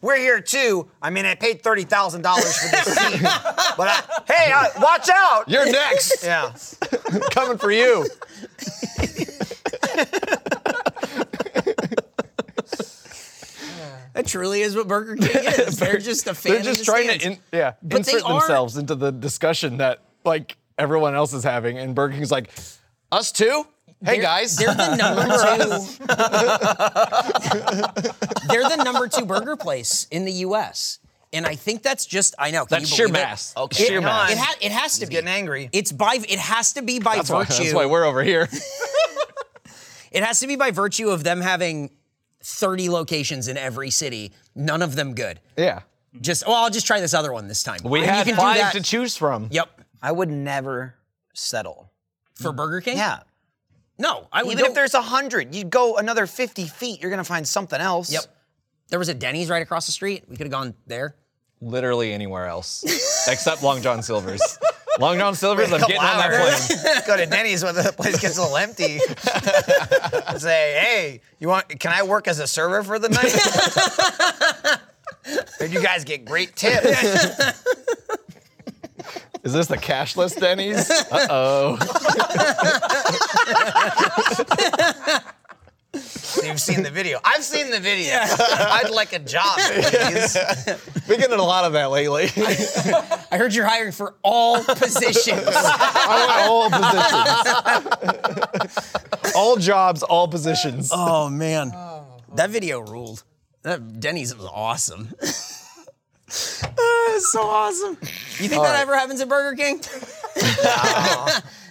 here. We're here too. I mean, I paid thirty thousand dollars for this seat, but I, hey, I, watch out!
You're
[LAUGHS]
next.
yeah,
Coming for you.
that truly is what Burger King is. they're just a fan.
They're
in
just
the
trying to in,
stands.
yeah,
But they
insert
are-
themselves into the discussion that like everyone else is having and Burger King's like, us too? Hey
They're-
guys.
They're the number two. they're the number two burger place in the U.S. And I think that's just I know. Can
That's
you
sheer
believe it?
mass.
It,
Okay. Sheer
it
mass.
ha- it has to be
getting angry.
It's by it has to be
[LAUGHS]
by
that's, why,
virtue.
that's why we're over
[LAUGHS]
here.
It has to be by virtue of them having 30 locations in every city, none of them good.
yeah.
Just, oh, I'll just try this other one this time.
We
And
had
you can do
five
that.
to choose from.
Yep.
I would never settle.
For Burger King?
Yeah,
No, I would
even if
don't-
there's a hundred, you go another fifty feet, you're gonna find something else.
Yep. There was a Denny's right across the street. We could have gone there.
literally anywhere else except Long John Silver's.
[LAUGHS] Long John Silver's, I'm getting on that plane.
Go to Denny's when the place gets a
[LAUGHS]
little empty. Say, hey, you want? Can I work as a server for the night? and you guys get great
[LAUGHS]
tips.
Is this the cashless Denny's? Uh oh.
You've seen the video. I've seen the video. I'd like
[LAUGHS]
a job, please.
Been getting a lot of that [LAUGHS] lately.
I heard you're hiring for all [LAUGHS] positions.
I want all positions. all jobs, all positions.
oh man, that video ruled. That Denny's was awesome. [LAUGHS] Uh, it's so awesome. You think that
right.
ever happens at Burger King?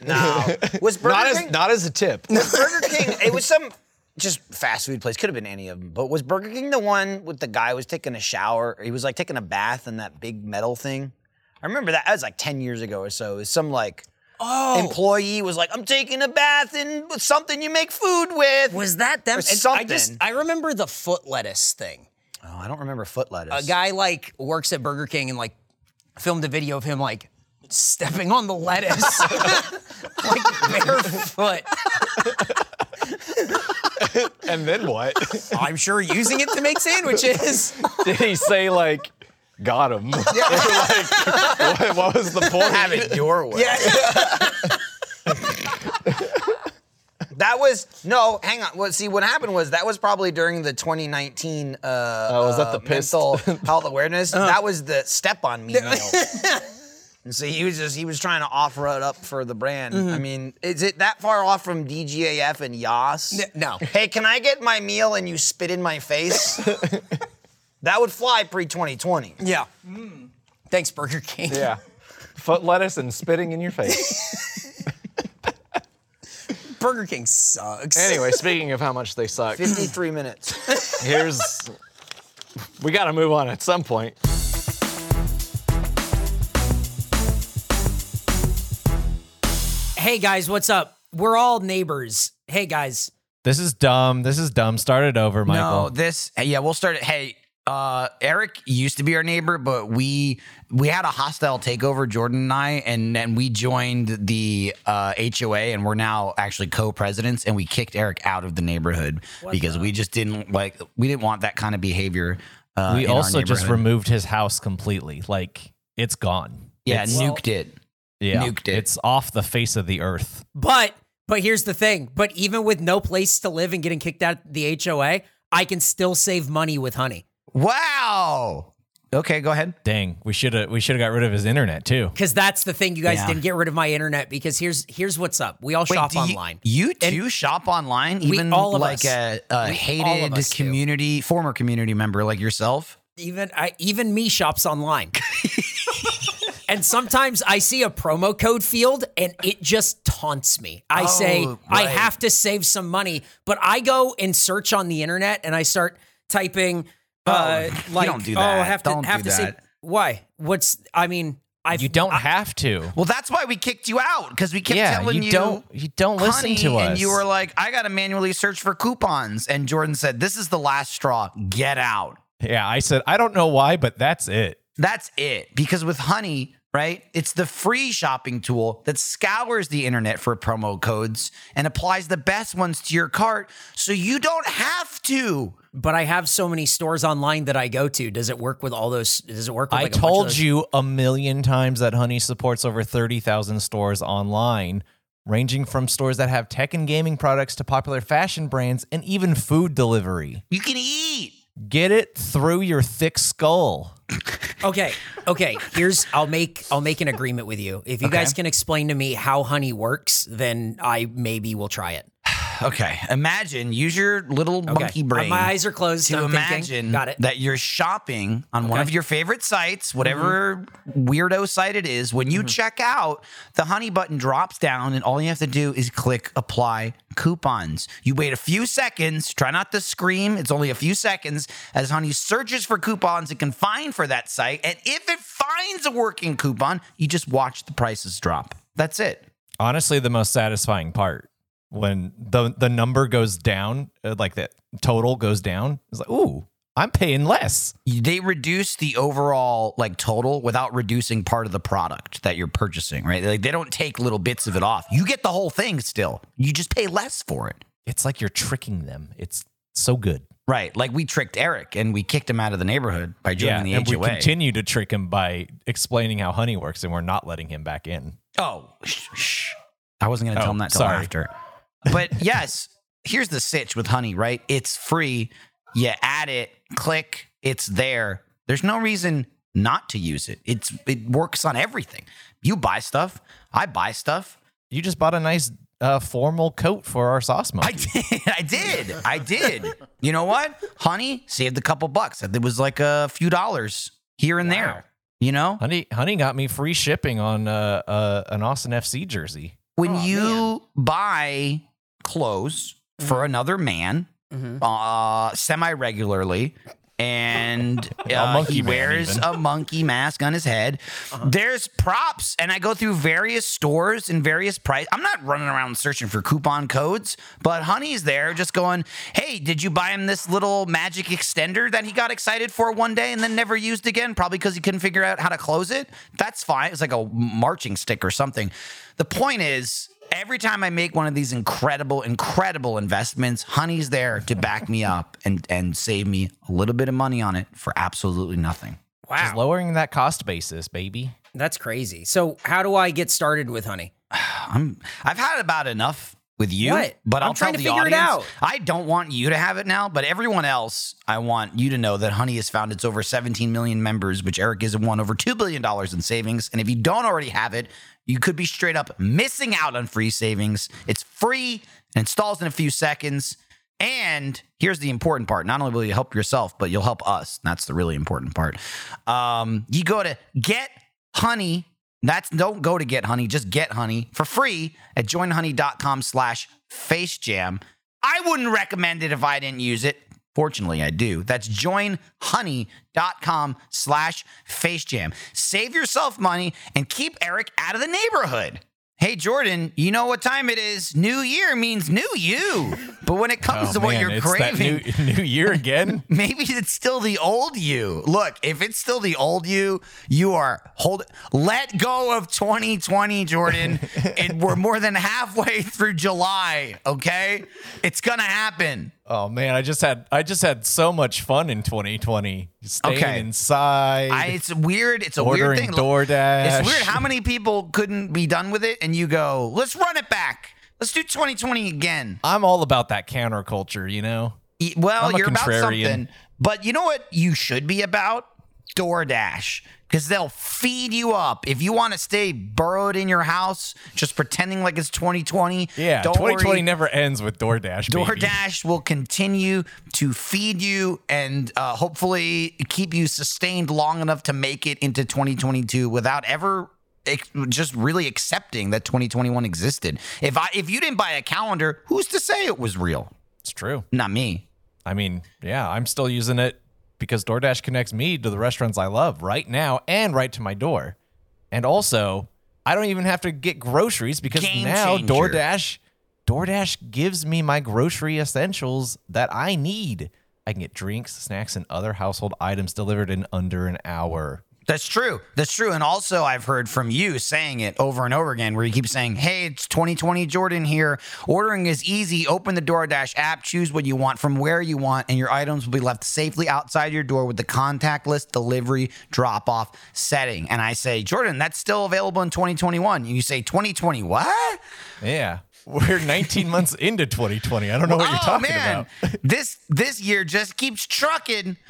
No. Was Burger
Not
King?
as not as a tip.
Burger King. It was some just fast food place. Could have been any of them. But was Burger King the one with the guy who was taking a shower? He was like taking a bath in that big metal thing. I remember that. That was like ten years ago or so. It was some like
Oh.
Oh. employee was like, "I'm taking a bath in something you make food with."
Was that them?
Or
And I just
something.
I remember the foot lettuce thing.
oh, I don't remember foot lettuce.
a guy like works at Burger King and like filmed a video of him like stepping on the lettuce, like barefoot.
And then what?
I'm sure using it to make sandwiches.
Did he say like, got him? [LAUGHS] Like, what, what was the point?
[LAUGHS] have it your way. That was no. Hang on. Well, see, what happened was that was probably during the 2019 uh,
Oh, was that the piss?
[LAUGHS] mental health awareness. That was the step on [LAUGHS] me meal. And so he was just he was trying to offer it up for the brand. I mean, is it that far off from DGAF and Yas?
N- no.
Hey, can I get my meal and you spit in my [LAUGHS] face? that would fly pre 2020.
yeah. Thanks, Burger King.
Yeah. Foot lettuce and spitting in your face.
Burger King sucks.
Anyway, speaking of how much they suck,
53 minutes.
here's we got to move on at some point.
Hey guys, what's up? We're all neighbors. Hey guys.
This is dumb. This is dumb. Start it over, Michael.
No, this yeah, we'll start it. Hey, uh, Eric used to be our neighbor, but we we had a hostile takeover, Jordan and I, and then we joined the uh, HOA, and we're now actually co-presidents, and we kicked Eric out of the neighborhood because we just didn't like we didn't want that kind of behavior. Uh,
we
in our
also just
neighborhood.
removed his house completely. Like it's gone.
yeah
It's-
nuked it.
yeah,
nuked it.
It's off the face of the earth.
But but here's the thing. But even with no place to live and getting kicked out of the HOA, I can still save money with honey.
Wow. Okay, go ahead.
Dang, we should have we should have got rid of his internet too.
Because that's the thing, you guys
Yeah.
didn't get rid of my internet. Because here's here's what's up. We all shop
do you-
online.
You, too shop online,
We-
even
all of us.
like a, a
We- all of
hated
us do.
community, former community member like yourself.
even I, even me shops online. [LAUGHS] and sometimes I see a promo code field and it just taunts me. I say
Oh,
I
right.
have to save some money, but I go and search on the internet and I start typing uh
Oh, you
like
don't do
oh I
that.
have to
Don't
have
do
to save
that."
why? What's I mean I
You don't have to.
Well, that's why we kicked you out because we kept
Yeah,
telling
you
you,
don't- you don't listen
"Honey,"
to
And you
us.
were like, I got to manually search for coupons. And Jordan said, This is the last straw. Get out.
Yeah, I said I don't know why, but that's it.
That's it. Because with Honey, right, it's the free shopping tool that scours the internet for promo codes and applies the best ones to your cart so you don't have to.
but I have so many stores online that I go to. Does it work with all those does it work with
I
like, a bunch of
told
those-
you a million times that Honey supports over 30,000 stores online, ranging from stores that have tech and gaming products to popular fashion brands and even food delivery.
You can eat.
Get it through your thick skull.
Okay. Okay. Here's I'll make I'll make an agreement with you. If you guys can explain to me how honey works, then I maybe will try it.
Okay. Imagine, use your little monkey
Uh,
brain.
My eyes are closed.
to
I'm thinking.
imagine
Got it. Mm-hmm.
that you're shopping on one of your favorite sites, whatever weirdo site it is. When you check out, the honey button drops down, and all you have to do is click apply coupons. You wait a few seconds, try not to scream. It's only a few seconds as honey searches for coupons it can find for that site. And if it finds a working coupon, you just watch the prices drop. That's it.
Honestly, the most satisfying part when the the number goes down, uh, like that total goes down, it's like, ooh, I'm paying less.
they reduce the overall like total without reducing part of the product that you're purchasing, right? Like they don't take little bits of it off. You get the whole thing still. You just pay less for it.
It's like you're tricking them. It's so good.
Right. Like we tricked Eric and we kicked him out of the neighborhood by joining
and we
the HOA.
continue to trick him by explaining how honey works, and we're not letting him back in.
oh, shh, shh. I wasn't going to
Oh,
tell him that till
sorry.
after. But yes, here's the sitch with honey, right? It's free. You add it, click, it's there. There's no reason not to use it. It's it works on everything. You buy stuff, I buy stuff.
You just bought a nice uh, formal coat for our sauce
I
monkey.
did. I did. I did. You know what? Honey saved a couple bucks. It was like a few dollars here and there. You know,
honey, honey got me free shipping on uh, uh, an Austin FC jersey.
when you buy clothes
Mm-hmm.
for another man uh, semi regularly,
[LAUGHS]
and uh,
monkey
he
man,
wears
even.
a monkey mask on his head, there's props. And I go through various stores and various price. I'm not running around searching for coupon codes, but Honey's there just going, Hey, did you buy him this little magic extender that he got excited for one day and then never used again? Probably because he couldn't figure out how to close it. That's fine. It's like a marching stick or something. The point is, Every time I make one of these incredible, incredible investments, Honey's there to back me up and, and save me a little bit of money on it for absolutely nothing.
Just lowering that cost basis, baby.
That's crazy. So, how do I get started with honey?
I'm I've had about enough with you,
What?
but
I'm
I'll
trying
tell
to
the
figure it
audience,
out.
I don't want you to have it now, but everyone else, I want you to know that Honey has found its over 17 million members, which Eric has won over $2 billion in savings. And if you don't already have it, you could be straight up missing out on free savings. It's free and installs in a few seconds. And here's the important part. Not only will you help yourself, but you'll help us. That's the really important part. Um, you go to get honey. That's don't go to get honey, just get honey for free at joinhoney.com slash face jam. I wouldn't recommend it if I didn't use it. Fortunately, I do. That's joinhoney.com slash face jam. Save yourself money and keep Eric out of the neighborhood. Hey, Jordan, you know what time it is? New year means new you. But when it comes to what you're
Oh, it's
craving, [LAUGHS]
that [LAUGHS] new, new year again.
maybe it's still the old you. Look, if it's still the old you, you are hold let go of
[LAUGHS]
2020, Jordan. and we're more than halfway through July, okay? It's going to happen.
oh man, I just had I just had so much fun in 2020. Staying
Okay.
inside,
I, it's weird. It's a weird
ordering
thing.
DoorDash.
It's weird how many people couldn't be done with it and you go, "Let's run it back. Let's do 2020 again."
I'm all about that counterculture, you know.
Y- Well,
I'm a
you're about
contrarian.
something. But you know what you should be about? DoorDash. Because they'll feed you up. If you want to stay burrowed in your house, just pretending like it's 2020.
Yeah,
don't
2020
worry.
never ends with DoorDash. baby.
DoorDash will continue to feed you and uh, hopefully keep you sustained long enough to make it into 2022 without ever ex- just really accepting that 2021 existed. If I if you didn't buy a calendar, who's to say it was real?
It's true.
Not me.
I mean, yeah, I'm still using it because DoorDash connects me to the restaurants I love right now and right to my door. And also, I don't even have to get groceries because
Game
now
changer.
DoorDash DoorDash gives me my grocery essentials that I need. I can get drinks, snacks, and other household items delivered in under an hour.
That's true. That's true. And also, I've heard from you saying it over and over again, where you keep saying, "Hey, it's 2020, Jordan here. Ordering is easy. Open the DoorDash app, choose what you want from where you want, and your items will be left safely outside your door with the contactless delivery drop-off setting." And I say, Jordan, that's still available in 2021. And you say, "2020 what?"
Yeah.
[LAUGHS]
We're 19 months into 2020. I don't know what
Oh,
you're talking about. [LAUGHS]
this this year just keeps trucking. [LAUGHS]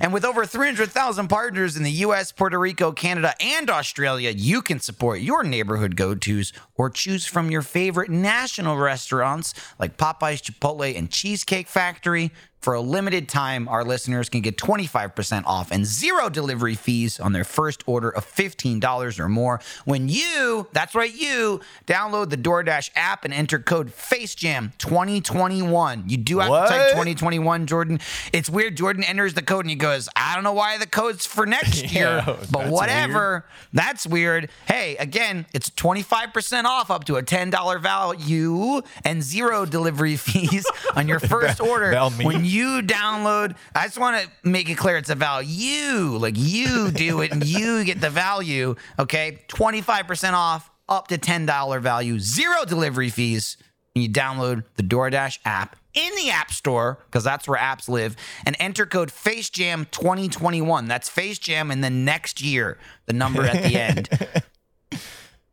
and with over 300,000 partners in the US, Puerto Rico, Canada, and Australia, you can support your neighborhood go-tos or choose from your favorite national restaurants like Popeyes, Chipotle, and Cheesecake Factory. For a limited time, our listeners can get 25% off and zero delivery fees on their first order of $15 or more when you, that's right, you, download the DoorDash app and enter code FACEJAM2021. You do have to type
What?
2021, Jordan. It's weird. Jordan enters the code and he goes, I don't know why the code's for next year, but
that's
whatever. That's weird. Hey, again, it's 25% off up to a $10 value and zero delivery [LAUGHS] fees on your first order
that'll mean
when you download. I just want to make it clear it's about you. Like you do it and you get the value. Okay. 25% off, up to $10 value, zero delivery fees. And you download the DoorDash app in the App Store, because that's where apps live, and enter code FaceJam 2021. That's FaceJam in the next year, the number at the end.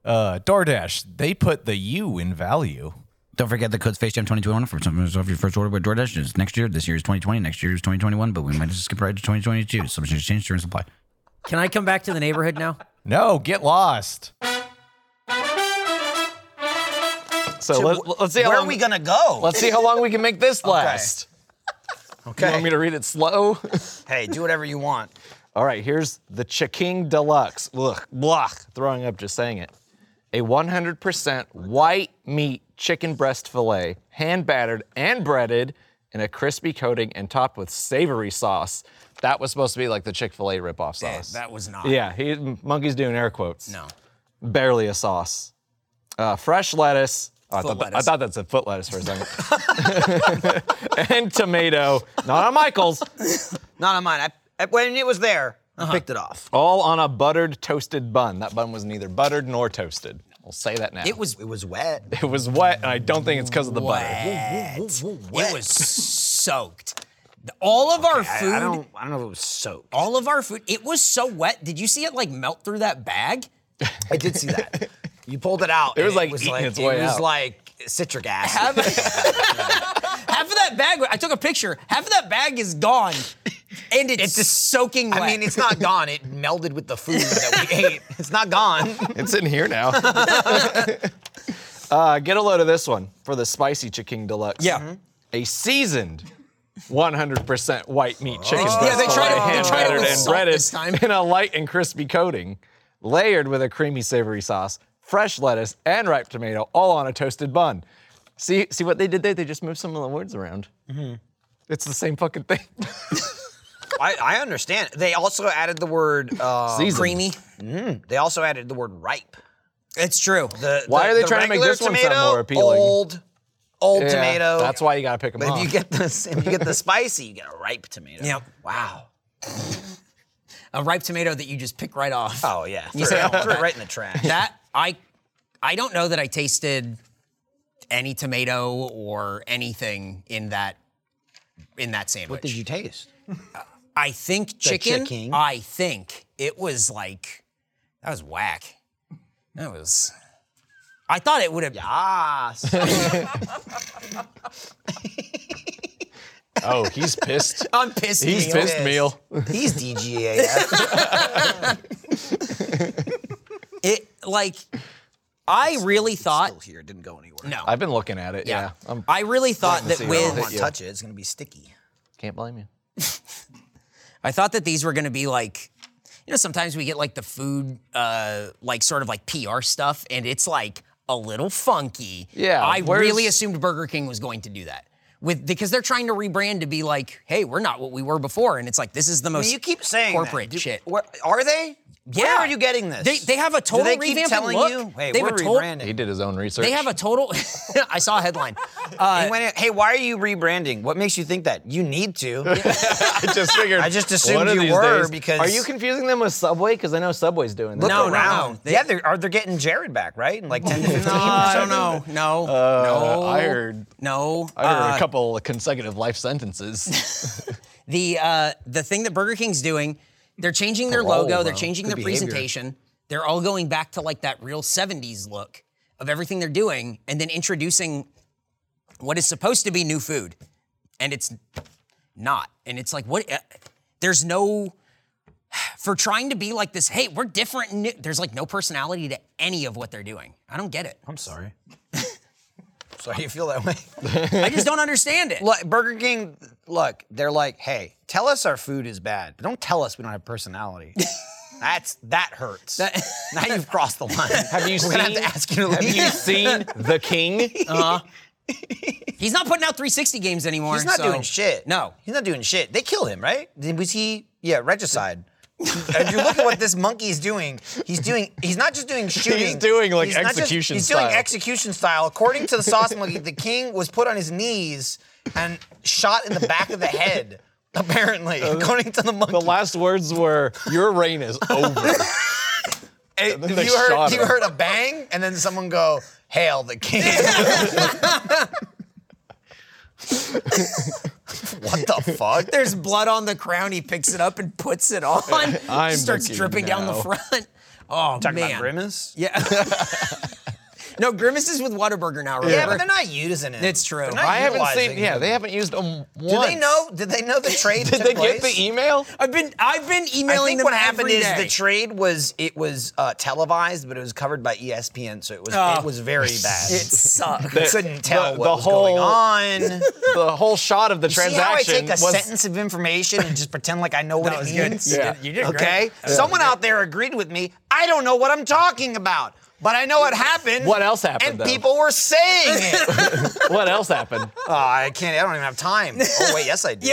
Uh, DoorDash, they put the U in value.
Don't forget the code's FaceTime 2021 for some off your first order with DoorDash. It's next year. This year is 2020. Next year is 2021, but we might just skip right to 2022. Some should change during supply.
Can I come back to the neighborhood now?
No, get lost.
So let, let's see how
Where
long
are we gonna go?
Let's see how long we can make this last.
okay.
You want me to read it slow?
hey, do whatever you want.
[LAUGHS] All right, here's the Chiking Deluxe. Look, blah, throwing up just saying it. A 100% white meat chicken breast filet, hand battered and breaded in a crispy coating and topped with savory sauce. That was supposed to be like the Chick fil A ripoff sauce.
That was not.
yeah, he, Monkey's doing air quotes.
No.
Barely a sauce. Uh, fresh lettuce. Oh, I,
Foot
thought that, I
lettuce.
thought that said foot lettuce for a second. [LAUGHS] and tomato. Not on Michael's.
Not on mine. I, I- when it was there,
Uh-huh.
I picked it off.
All on a buttered toasted bun. That bun was neither buttered nor toasted. I'll say that now.
It was
It was wet.
It was wet, and I don't think it's because of the butter.
[LAUGHS] wet. It was soaked. The- All of our food.
I, I don't. I don't know if it was soaked.
all of our food. It was so wet. Did you see it like melt through that bag?
I did see
[LAUGHS]
that. You pulled it out.
It was
and
like eating its way
It was
out.
like citric acid.
Half, [LAUGHS] half of that bag. I took a picture. Half of that bag is gone, and it's, just soaking wet.
I mean, it's not gone. It melded with the food that
[LAUGHS]
we ate. It's not gone. [LAUGHS]
It's in here now. [LAUGHS] uh, get a load of this one for the spicy chicken deluxe.
Yeah. Mhm.
A seasoned 100% white meat chicken
Oh.
breast
Yeah, they tried it-
fillet,
they
hand
tried it
battered
with
and
salt
breaded
this time.
in a light and crispy coating, layered with a creamy savory sauce, fresh lettuce, and ripe tomato, all on a toasted bun. See, see what they did there? They just moved some of the words around.
Mm-hmm.
It's the same fucking thing. [LAUGHS]
I, I understand. They also added the word. Uh,
Seasoned.
creamy.
they also added the word ripe.
It's true.
The,
Why
the-
are they
the
trying to make
regular
this one sound more appealing?
Old, old
Yeah,
tomato.
That's why you gotta pick them
But
up.
if you get this, if you [LAUGHS] get the spicy, you get a ripe tomato.
Yep.
Wow.
A ripe tomato that you just pick right off.
Oh yeah.
You
You
say,
threw,
"I don't
it- threw it right in the [LAUGHS] trash.
That I, I don't know that I tasted any tomato or anything in that, in that sandwich.
taste?
I think chicken.
chicken.
I think it was like that was whack. That was. I thought it would have.
[LAUGHS] Ah,
oh, he's pissed.
I'm pissed.
He's
Neil.
pissed, meal.
[LAUGHS] he's DGAF.
It like I really thought
Still here, it didn't go anywhere.
no.
I've been looking at it.
yeah.
Yeah, I
I really thought that
see all
I don't want
with
to touch it. It's gonna be sticky.
can't blame you.
I thought that these were going to be like you know sometimes we get like the food uh like sort of like PR stuff and it's like a little funky.
Yeah,
I
where's-
really assumed Burger King was going to do that. With because they're trying to rebrand to be like, hey, we're not what we were before, and it's like this is the most
You keep saying that.
corporate
Do-
shit.
where- are they?
Yeah.
Where are you getting this?
They- they have a
Do
total
they keep
revamping
telling
look.
you, hey,
They have
we're
a total-
He
rebranding.
did his own research.
They have a total. [LAUGHS] I saw a headline.
They went in, hey, why are you rebranding? What makes you think that? You need
[LAUGHS]
to.
[LAUGHS] I just
[LAUGHS]
figured.
I just assumed
one of
you
these
were
days-
because-
Are you confusing them with Subway? Because I know Subway's doing that.
Look
No, no, no.
around.
They-
yeah, they're, are they getting Jared back right in like
[LAUGHS]
ten to fifteen?
I don't know. No. no.
I heard-
No.
I heard
Uh,
a couple of consecutive
[LAUGHS]
life sentences.
the uh, the thing that Burger King's doing, they're changing their
Hello,
logo, they're
bro.
changing
Good
their
behavior.
presentation. They're all going back to like that real 70s look of everything they're doing and then introducing what is supposed to be new food and it's not. And it's like what uh, there's no [SIGHS] for trying to be like this, hey, we're different. and New, there's like no personality to any of what they're doing. I don't get it.
I'm sorry. sorry you feel that way.
I just don't understand it.
[LAUGHS] Look, Burger King, look, they're like, hey, tell us our food is bad. But don't tell us we don't have personality.
[LAUGHS]
That's that hurts. now you've crossed the line.
[LAUGHS] have you
We're
seen?
gonna have to ask you to
have
leave.
you seen The
[LAUGHS]
King?
He's not putting out 360 games anymore.
He's not
so-
doing shit.
No.
[LAUGHS]
he's not doing shit. They killed him, right? Then Was he? Yeah, regicide. if you look at what this monkey is doing, he's doing. He's not
[LAUGHS]
just doing shooting.
doing, like,
not just-
execution
he's doing
style.
execution style. According to the sauce monkey, the king was put on his knees and shot in the back of the head. Apparently, according to the monkey.
Uh, The last words were, "Your reign is
[LAUGHS]
over."
Hey,
they
you heard
shot
you
her.
heard a bang, and then someone go, "Hail the
[LAUGHS]
king!" [LAUGHS] what the fuck?
There's blood on the crown. He picks it up and puts it on.
[LAUGHS] I'm
starts
looking
dripping down the
now.
front. [LAUGHS] Oh
Talking
man,
about grimace.
Yeah. [LAUGHS] no, Grimace is with Whataburger now. Remember?
Yeah, but they're not using it.
It's true.
They're not
I haven't seen.
utilizing
Yeah,
it.
they haven't used them once.
Do they know? Did they know the trade?
[LAUGHS] Did
took
they
place?
get the email?
I've been I've been
I
emailing
think
them
what happened
every
is
day.
the trade was it was uh, televised, but it was covered by E ESPN, so it was
Oh.
it was very bad.
it sucked.
I couldn't tell
the-
what
the
was going
whole [LAUGHS]
on.
The whole shot of the
See how I
transaction
take a
was
sentence of information and just pretend like I know what
That
it
was good.
means?
You Yeah. did- you did great.
okay. Someone out there agreed with me. I don't know what I'm talking about, but I know what happened.
What else happened,
And
though?
people were saying
[LAUGHS]
it.
[LAUGHS] what else happened?
oh, I can't. I don't even have time. Oh wait, yes
[LAUGHS]
I do.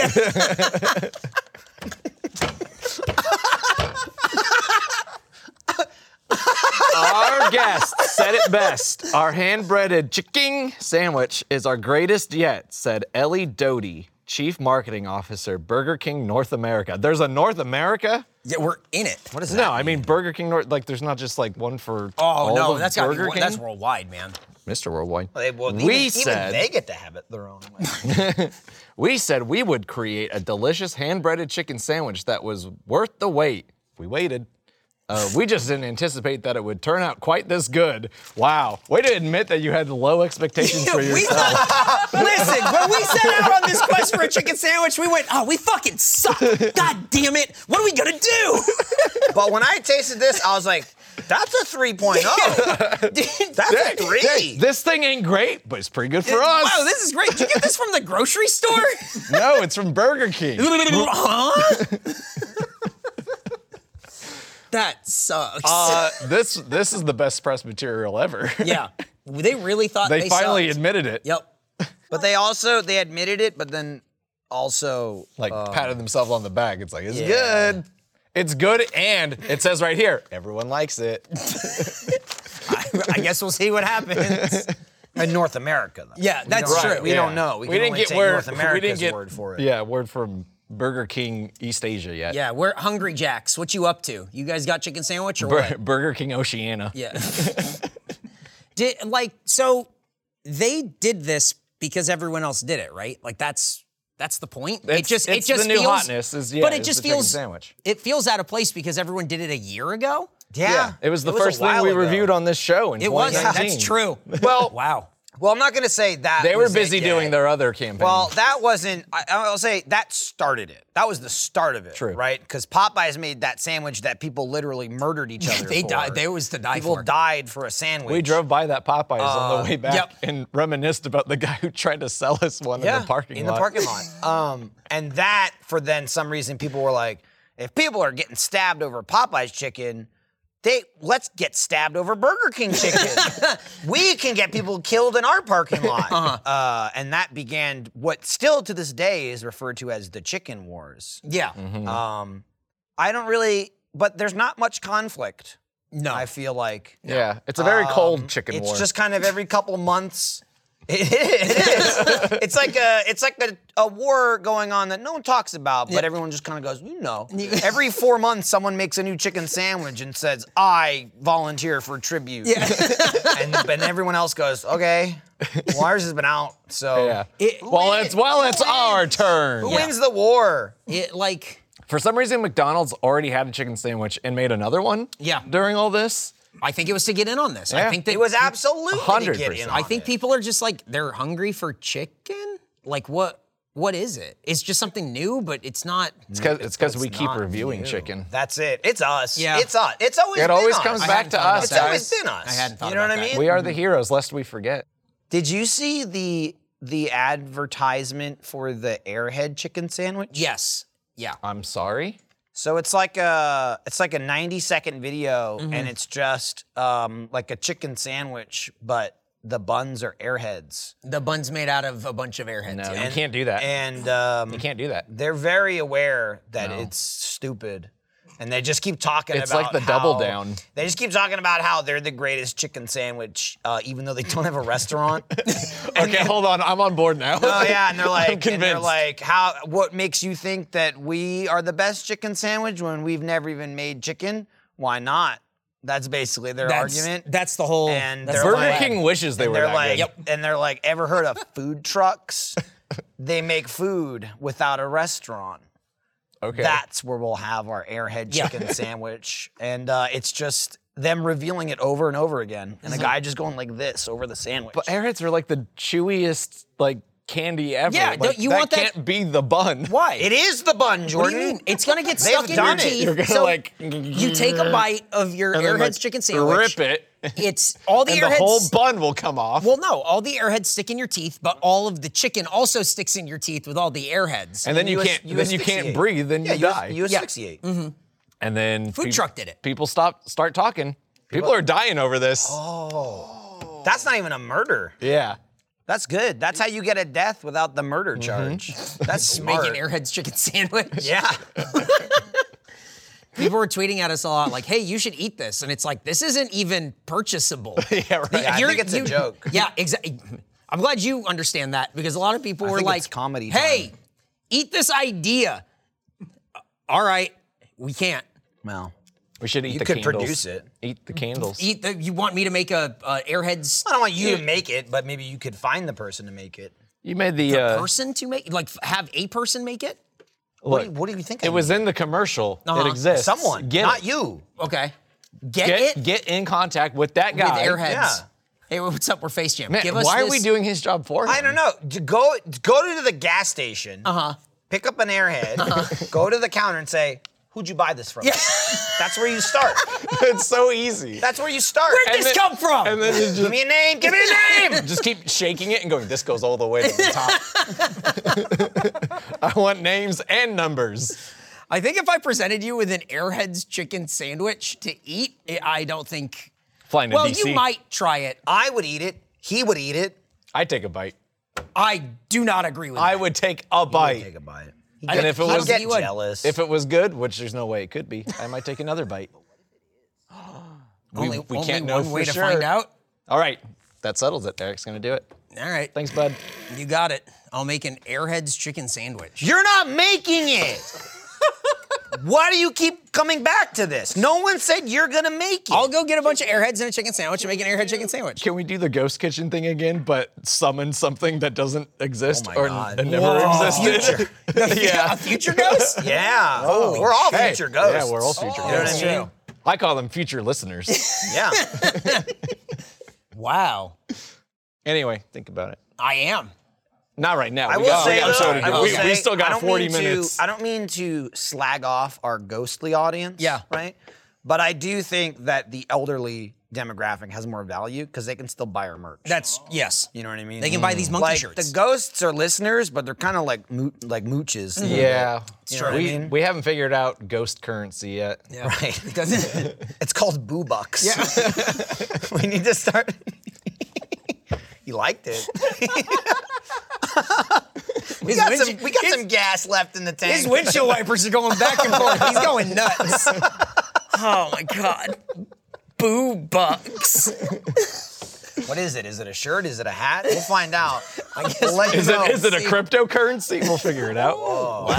our guest said it best. Our hand-breaded chicken sandwich is our greatest yet, said Ellie Doty, Chief Marketing Officer, Burger King North America. There's a North America?
yeah, we're in it.
What is that? No, I mean Burger King North. Like, there's not just like one for
Oh
all
no,
of
that's got
Burger
to be
King.
that's
[LAUGHS]
worldwide, man.
Mr. Worldwide.
They- well, even,
we
even
said
they get to have it their own way. [LAUGHS]
we said we would create a delicious hand-breaded chicken sandwich that was worth the wait. We waited. Uh, we just didn't anticipate that it would turn out quite this good. Wow, way to admit that you had low
[LAUGHS]
expectations for
we
yourself.
thought, listen, when we set out on this quest for a chicken sandwich, we went, oh, we fucking suck. God damn it. What are we gonna do?
But when I tasted this, I was like, that's a
[LAUGHS]
3.0. [LAUGHS] that's a 3.
Hey, this thing ain't great, but it's pretty good for us.
Wow, this is great. Did you get this from the grocery store? [LAUGHS]
no, it's from Burger King.
huh? [LAUGHS] that sucks.
Uh, this this is the best press material ever.
[LAUGHS] yeah. They really thought
they,
they,
finally
sucked.
admitted it.
Yep.
But they also they admitted it, but then also uh,
Like
Um,
patted themselves on the back. It's like it's
Yeah.
good. It's good, and it says right here, everyone likes it. [LAUGHS]
I guess we'll see what
[LAUGHS]
happens. In North America, though.
Yeah,
We
that's
don't-
true.
We
Yeah.
don't know. We, can only take
[LAUGHS]
North America's word for it.
Yeah, word from Burger King East Asia yet.
Yeah, we're hungry jacks. What you up to? You guys got chicken sandwich or
[LAUGHS] Bur-
what?
Burger King Oceania.
Yeah. [LAUGHS] did like so they did this because everyone else did it, right? Like that's that's the point. it
It's-
just
it's
it just
the new
feels,
hotness is- yeah,
but it
it's
just
the chicken
feels
sandwich.
It feels out of place because everyone did it a year ago.
Yeah.
It was the
a
first thing
while
we
ago.
reviewed on this show in
It was. That's
2019.
true.
[LAUGHS] Well-
[LAUGHS] wow.
Well, I'm not going to say that.
They were
was it
busy
yet.
doing their other campaign.
Well, that wasn't. I, I'll say that started it. That was the start of it.
True.
Right? Because Popeyes made that sandwich that people literally murdered
[LAUGHS]
each other.
They
for.
died. They was to die
People
for.
died for a sandwich.
We drove by that Popeyes on the way back
yep.
and reminisced about the guy who tried to sell us one in the parking
in
lot.
the parking
[LAUGHS]
lot. Um, and that for then some reason people were like, if people are getting stabbed over Popeye's chicken, they let's get stabbed over Burger King
[LAUGHS]
chicken. [LAUGHS] we can get people killed in our parking lot.
Uh-huh.
Uh, and that began what still to this day is referred to as the chicken wars.
Yeah.
Um, I don't really, but there's not much conflict.
No.
I feel like
Yeah, it's a very cold chicken
it's
war.
just kind of every couple months. [LAUGHS] It is. It's like a it's like a, a war going on that no one talks about, but everyone just kind of goes, you know. Every four months, someone makes a new chicken sandwich and says, "I volunteer for tribute,"
Yeah.
[LAUGHS] and then everyone else goes, "Okay, well, ours has been out, so
[LAUGHS] yeah. well, it's well, it's our turn.
who wins the war?"
It like
For some reason, McDonald's already had a chicken sandwich and made another one.
Yeah.
During all this,
I think it was to get in on this. I
Yeah.
think that
It was absolutely to get in
100%.
on
I think
it.
people are just like they're hungry for chicken. Like what? What is it? It's just something new, but it's not.
it's because we
It's
keep
not
reviewing
you.
chicken.
That's it. It's us.
Yeah.
It's us. It's always.
It
been
always
us.
comes
I
back
hadn't
to
thought
us,
It's
about that.
always
guys.
been us.
I hadn't thought
You know
about
what I
that.
mean?
We are the heroes, lest we forget.
Did you see the the advertisement for the Airhead chicken sandwich?
Yes. Yeah.
I'm sorry.
So it's like a it's like a 90 second video
Mm-hmm.
and it's just um, like a chicken sandwich but the buns are Airheads.
The bun's made out of a bunch of airheads.
No,
yeah.
you can't do that.
And um,
[LAUGHS]
you can't do that.
they're very aware that it's stupid. And they just keep talking
It's
about
like the double
how-
down.
They just keep talking about how they're the greatest chicken sandwich, uh, even though they don't have a
[LAUGHS]
restaurant. And
Okay,
then-
hold on. I'm on board now.
Oh yeah,
[LAUGHS]
and they're like,
[LAUGHS] I'm convinced.
and they're like, how? What makes you think that we are the best chicken sandwich when we've never even made chicken? Why not? That's basically their
That's,
argument.
that's the whole.
And
that's
they're
the
Burger
like-
whole-
King wishes they
and
were
they're
that
like,
good.
and they're like, ever heard
[LAUGHS]
of food trucks? they make food without a restaurant.
Okay.
That's where we'll have our airhead chicken
[LAUGHS]
sandwich, and uh, it's just them revealing it over and over again, and the
Mm-hmm.
guy just going like this over the sandwich.
But Airheads are like the chewiest like candy ever.
Yeah,
Like,
don't you
that
want that-
can't be the bun. [LAUGHS]
Why?
it is the bun,
What
Jordan.
do you mean? It's gonna get
They've
stuck in your
done it.
teeth.
You're gonna,
so
like,
you take a bite of
[LAUGHS]
your
then,
Airheads
like,
chicken sandwich.
rip it,
It's all the
and
Airheads.
the whole bun will come off.
well, no, all the Airheads stick in your teeth, but all of the chicken also sticks in your teeth with all the Airheads.
and then you,
as-
can't then you
asphyxiate.
can't breathe, then
Yeah,
you
you as-
die.
You asphyxiate.
Mm-hmm.
and then Food
truck did it.
People stop start talking. People, are dying over this.
That's not even a murder.
Yeah.
That's good. That's how you get a death without the
Mm-hmm.
murder
[LAUGHS]
charge. That's smart.
[LAUGHS] making Airheads chicken sandwich. [LAUGHS]
yeah.
People were tweeting at us a lot, like, "Hey, you should eat this," and it's like, this isn't even purchasable. yeah, right.
Yeah, I think it's a joke.
Yeah, exactly. I'm glad you understand that because a lot of people were
think
like,
it's comedy
Hey, eat this idea. Uh, All right, we can't
Well,
We should eat
You
the
could
candles.
produce it.
Eat the candles.
eat. The, you want me to make a, uh Airheads
I don't want you to make it, but maybe you could find the person to make it.
You made the, uh,
person to make? Like, f- have a person make it?
What, do, you, what do you think? I
It was
mean?
in the commercial.
Uh-huh.
It exists.
someone,
Get
not
it.
you.
Okay, get,
Get,
it
get in contact with that
with
guy.
Airheads.
yeah.
Hey, what's up? We're Face Jam.
Man,
Give us
why are
this-
we doing his job for him?
I don't know. D- Go go to the gas station. Uh
Uh-huh.
huh. Pick up an airhead. Go to the counter and say, "Who'd you buy this from?" That's where you start.
[LAUGHS] it's so easy.
That's where you start.
Where'd this come from?
And then it's
Give
just,
me a name. Give me
[LAUGHS]
a name.
just keep shaking it and going, this goes all the way to the top. [LAUGHS] I want names and numbers.
I think if I presented you with an Airheads chicken sandwich to eat, I- I don't think.
Flying to
well,
DC.
you might try it.
I would eat it. He would eat it.
I take a bite.
I do not agree with
I
that.
would take a bite.
Take a bite.
And if it
I'd
was
get
you would.
jealous.
if it was good, which there's no way it could be, I might take another bite.
only,
we
only
can't know
one
for
way to
sure.
find out.
All right. That settles it. Eric's gonna do it.
All right,
Thanks, bud.
you got it. I'll make an Airheads chicken sandwich.
You're not making
[LAUGHS]
it. Why do you keep coming back to this? No one said you're gonna make it.
I'll go get a bunch of Airheads and a chicken sandwich and make an Airhead chicken sandwich.
Can we do the ghost kitchen thing again, but summon something that doesn't exist
Oh my
or
God.
that never
Whoa.
[LAUGHS] existed?
yeah, a future
[LAUGHS]
ghost.
yeah. we're all
Hey,
future ghosts.
Yeah, we're all future
You know what
ghosts.
I mean?
true.
I call them future
[LAUGHS]
listeners. [LAUGHS]
Yeah.
Wow,
anyway, think about it.
I am.
Not right now.
I
we
will
got,
say,
we got
though,
show to
I
do.
will
We,
say,
we still
I
got
don't
40
mean to-
minutes.
I don't mean to slag off our ghostly audience.
Yeah.
Right. But I do think that the elderly demographic has more value because they can still buy our merch.
That's yes.
you know what I mean?
They can buy these monkey
like,
shirts.
The ghosts are listeners, but they're kind of like moo- like mooches.
Mm-hmm. [LAUGHS]
yeah.
know what I
we,
mean?
we haven't figured out ghost currency yet.
Right.
[LAUGHS]
it's called Boo Bucks. Yeah. we need to
[LAUGHS]
start. you liked it. we got, some, we got some gas left in the tank.
His windshield wipers are going back and
[LAUGHS]
forth. He's going nuts. Oh my god. Boo bucks.
[LAUGHS] what is it? Is it a shirt? Is it a hat? We'll find
[LAUGHS]
out. I guess we'll let you
Is it,
know.
is it a cryptocurrency? We'll figure
[LAUGHS]
it out. [LAUGHS]
Wow.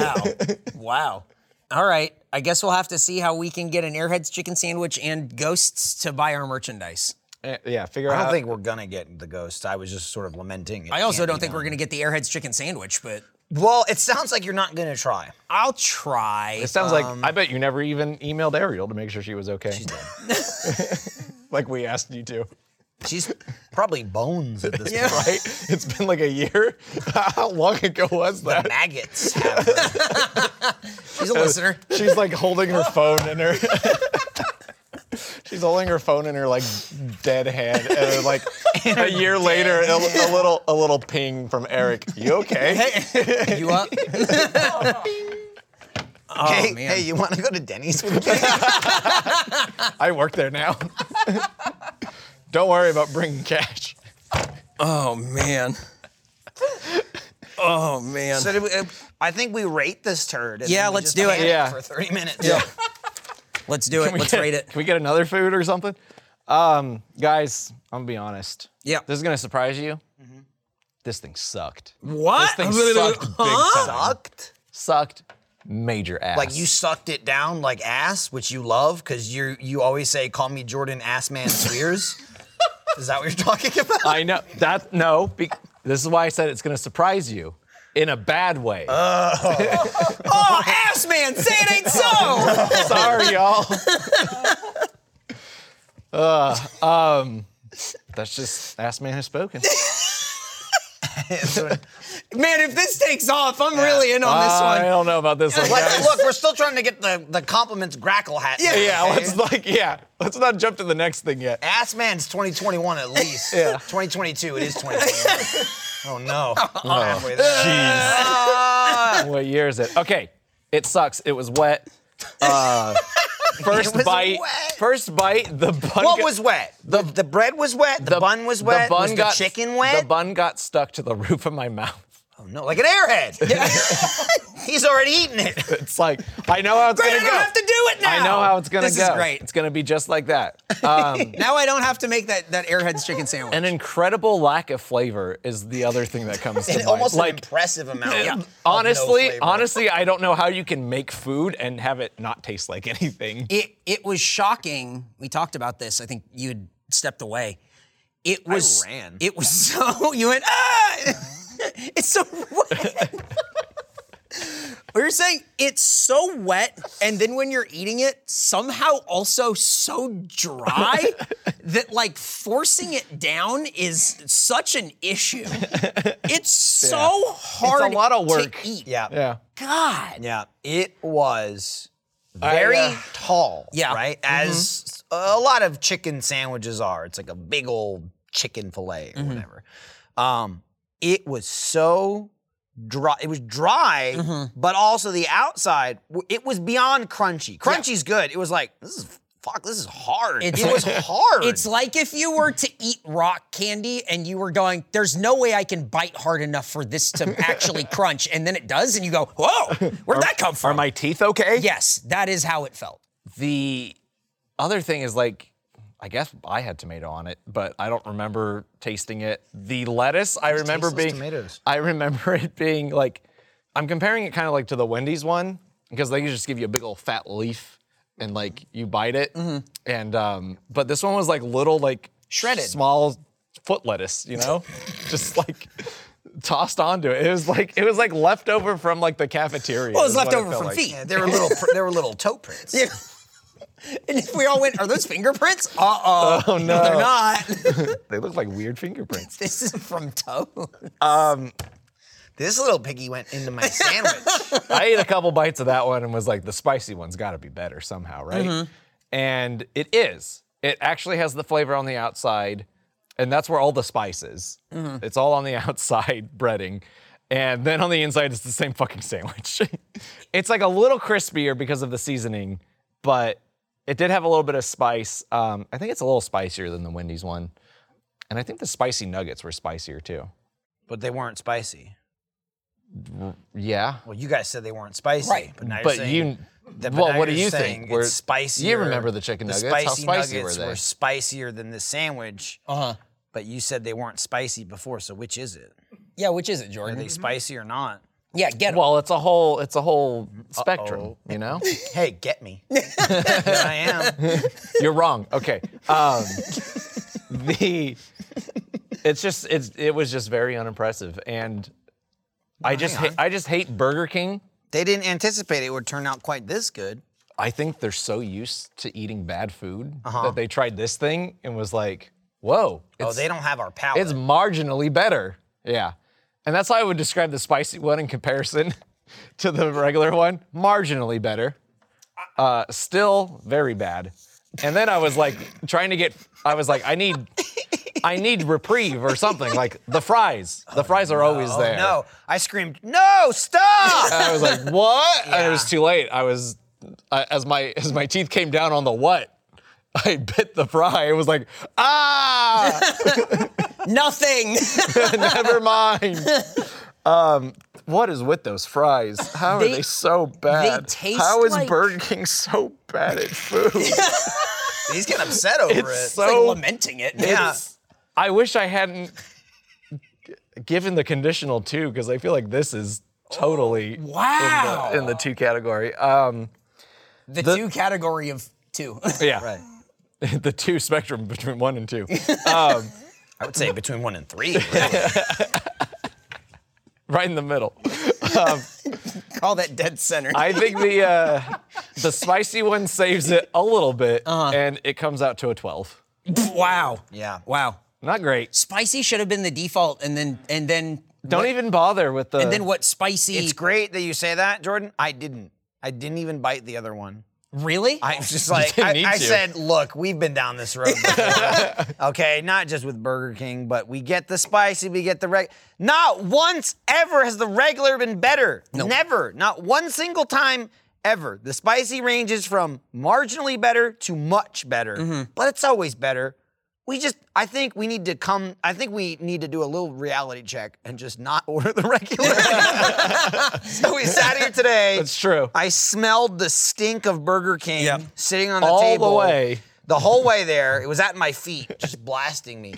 Wow. All right. I guess we'll have to see how we can get an Airheads chicken sandwich and ghosts to buy our merchandise.
Eh, yeah, figure
I
out.
don't think we're gonna get the ghost. I was just sort of lamenting. It
I also
can't
don't
be
think we're
done.
going to get the Airheads chicken sandwich, but
Well, it sounds like you're not gonna try.
I'll try.
it sounds like I
um,
bet you never even emailed Ariel to make sure she was okay. [LAUGHS] like we asked you to.
She's probably bones at [LAUGHS] this point.
Right? It's been like a year. [LAUGHS] How long ago was
The
that? [LAUGHS]
maggots. have her.
She's a listener.
She's like holding her phone in her. [LAUGHS] She's holding her phone in her like dead hand, and then, like a year later, a, a little a little ping from Eric. You okay?
You up?
hey,
man.
hey, you want to go to Denny's [LAUGHS] with me?
I work there now. [LAUGHS] Don't worry about bringing cash.
Oh man. Oh man.
So did we, uh, I think we rate this turd. and
Yeah,
then we
let's
just
do it.
pan [LAUGHS]
Yeah.
For 30 minutes. Yeah.
Let's do it.
we
Let's
get-
rate it.
[LAUGHS] Can we get another food or something? Um, guys, I'm gonna be honest.
Yeah. Mm-hmm.
This is gonna surprise you. This thing sucked. This
What? [LAUGHS]
thing sucked big
Huh?
time. Sucked major ass.
Like you sucked it down like ass, which you love because you you always say, "Call me Jordan Assman [LAUGHS] Spears." Is that what you're talking about?
I know that. No, be, this is why I said it's gonna surprise you in a bad
[LAUGHS]
way.
Oh, ass man, say it
[LAUGHS]
ain't so.
Sorry,
[LAUGHS]
y'all. Uh, um, that's just ass man has spoken.
man, if this takes off, I'm really in on this
I
one.
don't know about this one.
Let's-
guys.
look, we're still trying to get the the compliments grackle hat. Yeah,
Yeah, let's like yeah, let's not jump to the next thing yet.
Assman's 2021 at least. yeah. 2022. It is [LAUGHS] 2021. oh no. I'm halfway there.
what year is it? Okay, it sucks. It was wet.
[LAUGHS]
Uh, first
was
bite.
wet.
First bite. The bun.
What
got-
was wet? The, the bread was wet. The, bun was wet. was the chicken wet?
The bun got stuck to the roof of my mouth. [LAUGHS]
Oh, no, like an airhead. [LAUGHS] He's already eaten
[LAUGHS]
it.
It's like I know how it's
Great, I
gonna
don't
go.
have to do it now.
I know how it's gonna
This
go.
is great.
It's gonna be just
[LAUGHS]
like that. Um,
Now I don't have to make that, that Airheads chicken sandwich.
an incredible lack of flavor is the other thing that comes to
And
mind.
almost
like eh,
an impressive amount. of no
honestly,
flavor.
honestly, I don't know how you can make food and have it not taste like [LAUGHS] anything.
it it was shocking. We talked about this. I think you had stepped away. It was
ran.
It was [LAUGHS] so you went ah. [LAUGHS] it's so wet. [LAUGHS] we were saying it's so wet, and then when you're eating it, somehow also so dry that like forcing it down is such an issue. It's so hard.
lot of work.
To eat.
Yeah.
Yeah.
God.
Yeah. It was
I,
very
uh,
tall.
Yeah.
Right? As a lot of chicken sandwiches are. It's like a big old chicken filet or whatever. Um, it was so dry. It was dry, but also the outside, w- it was beyond crunchy. Crunchy's good. It was like, this is fuck, this is hard.
It's
it
like-
was hard.
It's like if you were to eat rock candy and you were going, there's no way I can bite hard enough for this to
[LAUGHS]
actually crunch. And then it does, and you go, whoa, where'd that come from?
Are my teeth okay?
yes, that is how it felt.
The other thing is like, I guess I had tomato on it, but I don't remember tasting it. The lettuce, I remember
tasteless
being.
tomatoes.
[LAUGHS] I remember it being like, I'm comparing it kind of like to the Wendy's one because they just give you a big old fat leaf and like you bite it,
Mm-hmm.
and um, but this one was like little like
Shredded.
small foot lettuce, you
[LAUGHS]
know, just like. Tossed onto it. It was like it was like leftover from like the cafeteria.
Well, it was
is what
left over
felt
from
like.
feet.
Yeah, there were little pr- there were little toe prints.
[LAUGHS] And if we all went, are those
[LAUGHS]
fingerprints? Uh oh. Oh, no. They're not. [LAUGHS]
They look like weird fingerprints.
this is from toe.
Um,
This little piggy went into my
[LAUGHS]
sandwich.
I ate a couple bites of that one and was like, the spicy one's got to be better somehow, right? And it is. It actually has the flavor on the outside, and that's where all the spice is. It's all on the [LAUGHS] outside breading. And then on the inside, it's the same fucking sandwich. [LAUGHS] it's like a little crispier because of the seasoning, but it did have a little bit of spice. Um, I think it's a little spicier than the Wendy's one. And I think the spicy nuggets were spicier too.
but they weren't spicy.
Yeah.
Well, you guys said they weren't spicy,
Right.
But now you're
But
saying
you-
that-
well,
now
what do
you're
you think?
saying
Were-
It's spicier.
you remember the chicken
the
nuggets, how
Spicy
spicy were
nuggets
they?
spicier than the sandwich.
Uh-huh.
Uh huh. But you said they weren't spicy before, so which is it?
Yeah, which is it,
Are
Jordan?
they spicy or not?
Yeah, get them.
Well, it's a whole it's a whole spectrum, you know?
Hey, get me. Here I am.
You're wrong. Okay. Um, the it's just it's it was just very unimpressive, and I just ha- I just hate Burger King.
They didn't anticipate it would turn out quite this good.
I think they're so used to eating bad food that they tried this thing and was like, "Whoa,
Oh,
it's,
they don't have our palate.
it's marginally better." Yeah, and that's how I would describe the spicy one in comparison [LAUGHS] to the regular one. Marginally better, uh, still very bad. And then I was like trying to get. I was like, I need. I need reprieve or something like the fries. The fries are always there.
no, I screamed, no,
[LAUGHS]
stop!
I was like, "What?" And it was too late. I was I, as my as my teeth came down on the what. [LAUGHS] I bit the fry. It was like, ah,
Nothing. [LAUGHS]
[LAUGHS] never mind. Um, What is with those fries? How
They-
are they so bad?
taste
How is
like-
Burger King so bad at
[LAUGHS]
food?
He's getting upset over
It's
it.
so-
like lamenting it.
yeah.
I wish I hadn't g- given the conditional two because I feel like this is totally
Wow.
in, the, in the two category. Um,
The, two category of two. [LAUGHS]
yeah, [LAUGHS] the two spectrum between one and
[LAUGHS]
two.
I would say between one and three.
right in the middle.
Call that
[LAUGHS]
dead center.
I think the uh, the spicy one saves it a little bit,
Uh-huh.
and it comes out to a twelve.
wow.
Yeah.
Wow.
Not great.
Spicy should have been the default, and then and then
Don't even bother with the.
and then what? Spicy.
It's great that you say that, Jordan. I didn't. I didn't even bite the other one.
Really?
[LAUGHS]
I was just like,
didn't
I,
need
I
to.
said, look, we've been down this road. before."
[LAUGHS]
okay, not just with Burger King, but we get the spicy, we get the reg. Not once ever has the regular been better. Never. Not one single time ever. The spicy ranges from marginally better to much better,
Mm-hmm.
but it's always better. We just, I think we need to come, I think we need to do a little reality check and just not [LAUGHS] order the regular. so we sat here today.
That's true.
I smelled the stink of Burger King
Yep.
sitting on the
All the
table.
way.
The whole way there, it was at my feet, just blasting
[LAUGHS]
me.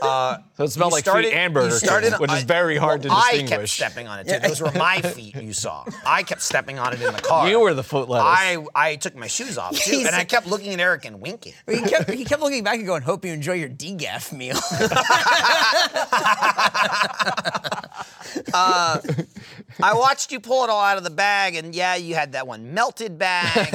Uh,
So it smelled
you
like feet and Burger
you
King, which is very hard to
well, I kept
distinguish.
stepping on it too. Those were my
[LAUGHS]
feet you saw. I kept stepping on it in the car.
You were the foot lettuce.
I, I took my shoes off too,
He's
and I
like-
kept looking at Eric and winking.
he
[LAUGHS]
kept he kept looking back and going, "Hope you enjoy your DGAF meal."
[LAUGHS] I watched you pull it all out of the bag, and yeah, you had that one melted [LAUGHS] bag.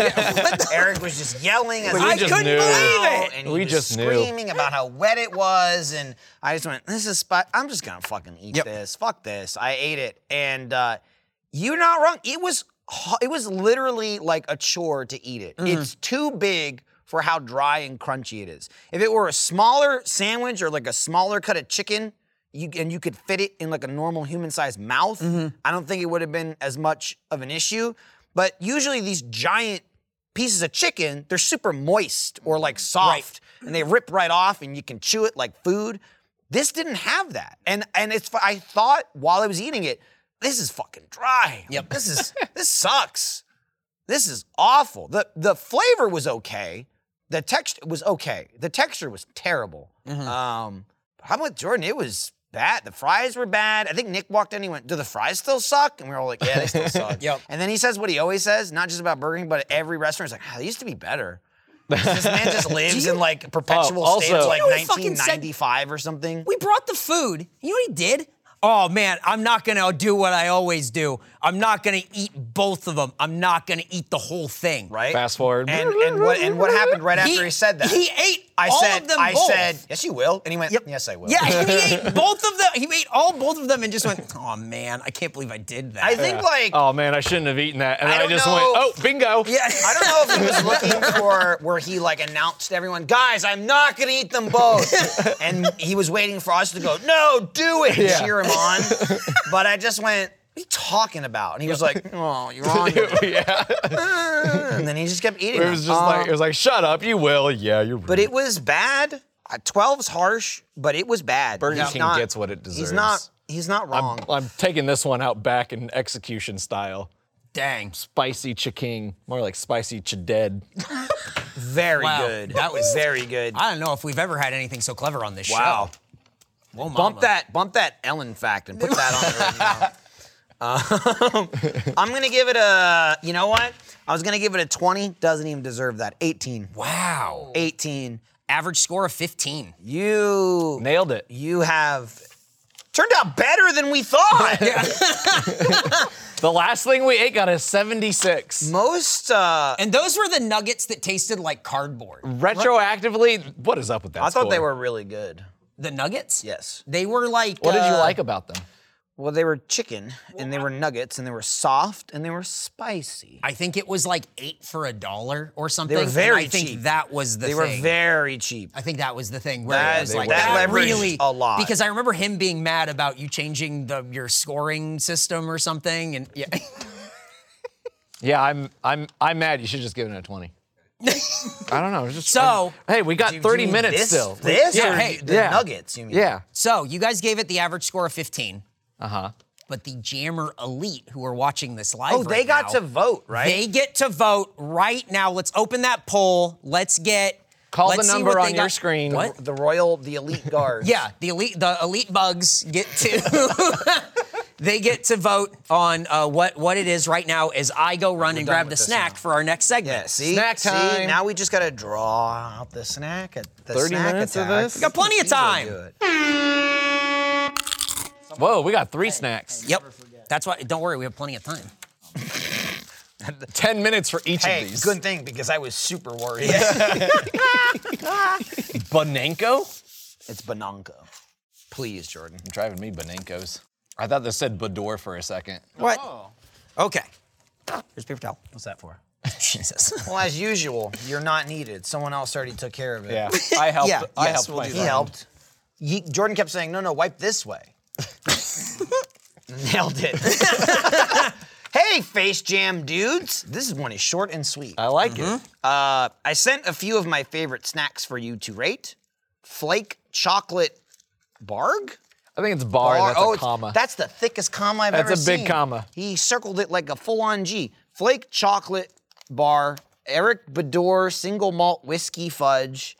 Eric was just yelling. As
We
I
just
couldn't
knew.
believe it. And he
We
was
just knew.
screaming about how wet it was, and I just went, "This is spot. I'm just gonna fucking eat this. Fuck this. I ate it, and uh, you're not wrong. It was. ho- It was literally like a chore to eat it. It's too big. For how dry and crunchy it is. If it were a smaller sandwich or like a smaller cut of chicken, you and you could fit it in like a normal human-sized mouth, I don't think it would have been as much of an issue. But usually these giant pieces of chicken, they're super moist or like soft, and they rip Mm. right off, and you can chew it like food. This didn't have that, and and it's I thought while I was eating it, this is fucking dry. Yep, this is this sucks. This is awful. the The flavor was okay. The texture was okay. The texture was terrible.
Mm-hmm.
Um, I'm with Jordan. It was bad. The fries were bad. I think Nick walked in. He went, "Do the fries still suck?" And we were all like, "Yeah, they still suck."
[LAUGHS] Yep.
And then he says what he always says, not just about Burger King, but at every restaurant. He's like, ah, "They used to be better." this man
[LAUGHS]
just lives in like a perpetual
Oh,
state of
also-
like
You know, he fucking said-
1995 or something.
we brought the food. You know what he did? Oh man, I'm not gonna do what I always do. I'm not gonna eat both of them. I'm not gonna eat the whole thing.
right?
Fast forward.
And, and what and what happened right after he said that?
He ate
I
all
said,
of them
I
both.
said, yes, you will. And he went, yes, I will.
Yeah,
[LAUGHS]
he ate both of them. He ate all both of them and just went, oh man, I can't believe I did that.
I think like
oh man, I shouldn't have eaten that. And
I
I,
don't
just
know.
went, oh,
[LAUGHS]
bingo.
yeah.
I don't know if he was looking for where he like announced to everyone, guys, I'm not gonna eat them
[LAUGHS]
both. and he was waiting for us to go, no, do it, and
Yeah.
cheer him
[LAUGHS]
on. but I just went, what are you talking about? And he was like, oh, you're on. [LAUGHS] to it."
[LAUGHS] yeah.
and then he just kept eating.
It
them. Um,
was just like it was like, shut up, you will. Yeah, you're.
But it was bad. Uh, 12's harsh, but it was bad.
Burger
He's
King
not-
gets what it
He's
deserves.
not. He's not wrong.
I'm, I'm taking this one out back in execution style.
Dang.
Spicy chiking, more like spicy chidead.
[LAUGHS] very
Wow,
good.
that was-
very good.
I don't know if we've ever had anything so clever on this
Wow.
show. Wow.
Bump that, bump that Ellen fact and put that on there right now. Um, [LAUGHS] I'm gonna give it a. You know what? I was gonna give it a 20. Doesn't even deserve that. 18.
Wow.
18.
Average score of 15.
You.
Nailed it.
You have turned out better than we
[LAUGHS]
thought.
The last thing we ate got a
Mm,
76.
Most. Uh,
And those were the nuggets that tasted like cardboard.
Retroactively, what is up with that?
I thought they
score?
were really good.
The nuggets?
Yes.
They were like.
What did you
uh,
like about them?
Well, they were chicken and they were nuggets and they were soft and they were spicy.
I think it was like eight for a dollar or something.
were
and
very
I think
cheap.
that was the
They were
thing.
very cheap.
I think that was the thing where
That-
it was
they
like
were.
that
That leveraged
really
a lot.
because I remember him being mad about you changing the your scoring system or something and yeah
Yeah, I'm I'm I'm mad. You should just give it a [LAUGHS] 20. I don't know. it's Just,
So-
I'm- hey, we got 30
You mean
minutes
this,
still.
This?
Yeah,
Or
hey,
the
yeah.
nuggets, you mean?
Yeah.
so you guys gave it the average score of 15
Uh huh.
but the Jammer Elite who are watching this live.
Oh, they
right
got
now,
to vote, right?
They get to vote right now. Let's open that poll. Let's get.
Call the
let's see
number
what
on
they
your
got.
screen.
What?
the royal, the
[LAUGHS]
elite guards.
Yeah, the elite, the elite bugs get to. [LAUGHS] they get to vote on uh, what what it is right now. As I go run and grab the snack for our next segment.
Yeah, see,
Snack
See?
time.
now we just gotta draw out the snack at the
30
snack
minutes of
attack.
this?
We got plenty of time.
Do it.
Whoa, we got three snacks.
Yep. That's why. Don't worry, we have plenty of time.
Ten minutes for each
Hey,
of these.
good thing because I was super worried.
Bonenko?
[LAUGHS] it's Bonanco. Please, Jordan.
Driving me Bonenkos. I thought this said Bador for a second.
What? Okay. Here's paper towel. [LAUGHS] What's that for? Jesus.
Well, as usual, you're not needed. Someone else already took care of it. [LAUGHS]
Yeah, I helped.
Yeah,
I
yes,
helped.
we'll
my
do
He
friend.
helped. He, Jordan kept saying, no, no, wipe this
[LAUGHS]
way. Nailed it. [LAUGHS] hey, Face Jam dudes. This one is short and sweet.
I like it.
Uh, I sent a few of my favorite snacks for you to rate. Flake chocolate barg?
I think it's bar.
Bar-
that's
oh,
a
it's-
comma.
That's the thickest comma I've
That's
ever
a
seen.
big comma.
He circled it like a full-on G. Flake chocolate bar, Eric Bador single malt whiskey fudge,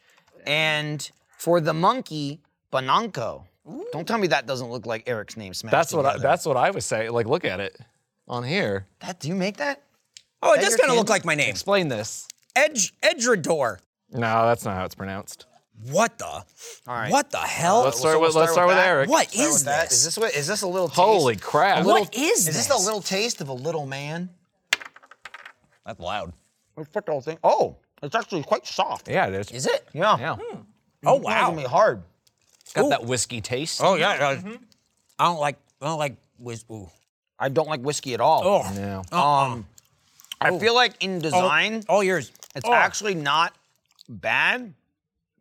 and for the monkey, Bananco. Don't tell me that doesn't look like Eric's name smashed
That's what. I,
together.
that's what I was saying. Like, look at it on here.
That- do you make that?
Oh, it does
your
kind of
kid?
look like my name.
Explain this.
Edge Edredor.
No, that's not how it's pronounced.
What the? All
right.
What the hell?
Let's start with. Let's start with
that.
Eric.
What
Start
is
with that.
this?
Is this what? Is this a little? Taste?
Holy crap!
what is this?
Is this a little taste of a little man?
That's loud.
Let's put the whole thing. Oh, it's actually quite soft.
Yeah, it is.
Is it?
Yeah.
Yeah.
Oh
It's
wow.
gonna be hard.
It's got that whiskey taste.
Oh yeah. yeah.
Mm-hmm.
I don't like. I don't like. Whiz, ooh.
I don't like whiskey at all.
Oh.
Yeah.
I feel like in design,
All yours.
it's
Oh.
actually not bad,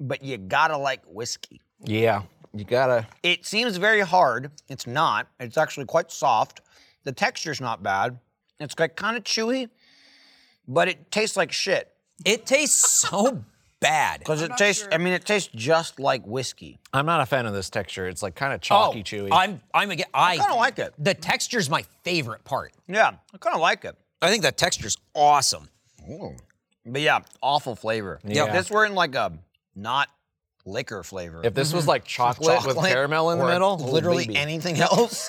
but you gotta like whiskey.
Yeah. You gotta.
It seems very hard. It's not. It's actually quite soft. The texture's not bad. It's like kind of chewy, but it tastes like shit.
It tastes so
[LAUGHS]
bad.
Because it tastes, I mean, it tastes just like whiskey.
I'm not a fan of this texture. It's like kind of chalky, chewy.
I'm. I'm again. Oh, I,
kinda like it.
The texture's my favorite part.
Yeah, I kind of like it.
I think the texture's awesome.
But yeah, awful flavor.
Yeah.
If this were in like a not liquor flavor,
if this was like chocolate, with
chocolate
caramel in the
or
middle,
literally
Ooh,
[LAUGHS]
baby.
anything else,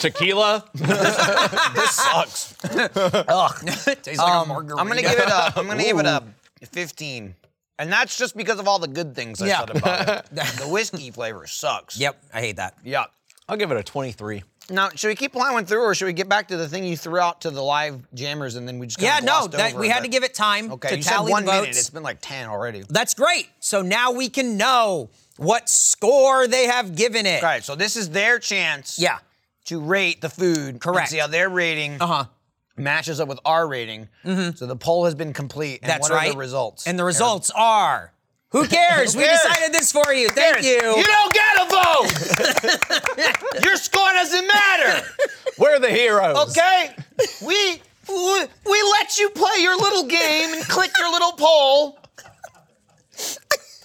tequila.
this sucks.
Ugh. tastes like a margarita.
Um, I'm gonna give it a. I'm gonna give it a 15, and that's just because of all the good things I
[LAUGHS] Yeah.
said about it. the whiskey flavor sucks.
Yep. I hate that.
Yuck.
I'll give it a 23.
Now, should we keep plowing through, or should we get back to the thing you threw out to the live jammers, and then we just kinda
Yeah. No.
glossed
That,
over
we had to give it time
Okay,
to
you said
tally
one
the votes.
minute. It's been like 10 already. All
That's great. So now we can know what score they have given it.
right, so this is their chance.
Yeah.
to rate the food.
Correct.
And see how their rating
Uh-huh. Mm-hmm.
matches up with our rating. So the poll has been complete. And
That's
what
right.
Are the results.
And the results are. Who cares? We
cares?
decided this for you. Thank you.
You don't get a vote.
[LAUGHS]
Your score doesn't matter.
We're the heroes.
Okay. We, we we let you play your little game and click your little poll.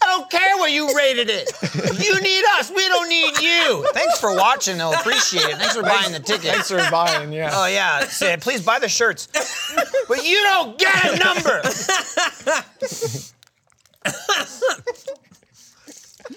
I don't care what you rated it. You need us. We don't need you. Thanks for watching. They'll appreciate it. Thanks for buying the ticket.
Thanks for buying. Yeah.
[LAUGHS] Oh yeah, say, please buy the shirts. but you don't get a number.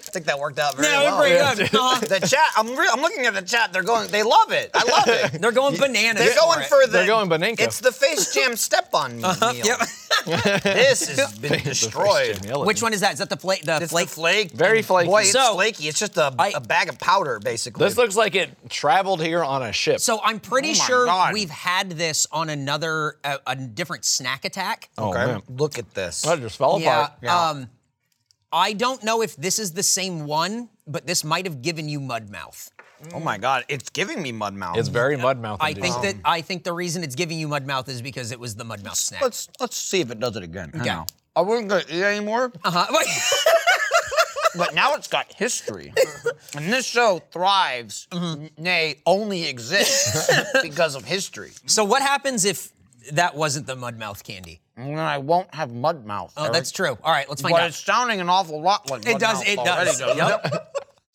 I think that worked out very
Yeah,
well.
we're pretty good. Uh-huh.
The chat. I'm re- I'm looking at the chat. They're going. They love it. I love it.
They're going bananas.
They're going
it.
for the.
They're going Banenka.
It's the face jam step on me meal.
Uh-huh, Yep.
[LAUGHS] This has been destroyed.
Which one is that? Is that the flake? The
It's
flake?
the flake.
Very flaky.
Boy, it's
So-
flaky. It's just a
I-
a bag of powder, basically.
This looks like it traveled here on a ship.
So I'm pretty
Oh my
sure
God.
we've had this on another a, a different snack attack.
oh,
Okay,
man.
Look at this.
That just fell
yeah.
apart.
Um, I don't know if this is the same one, but this might have given you mud mouth.
Oh my god, it's giving me mud mouth.
It's very mud mouth.
I think that I think the reason it's giving you mud mouth is because it was the mud mouth snack.
Let's let's see if it does it again. Hang
Okay.
on. I wasn't gonna eat anymore, [LAUGHS]
Uh-huh. Wait.
but now it's got
[LAUGHS]
history, and this show thrives,
Mm-hmm.
n- nay, only exists [LAUGHS] because of history.
so what happens if that wasn't the mud mouth candy?
And then I won't have mud mouth.
Oh, that's true. All right, let's find
But
out.
it's sounding an awful lot like
It
mud
does,
mouth
it
already,
does.
doesn't it?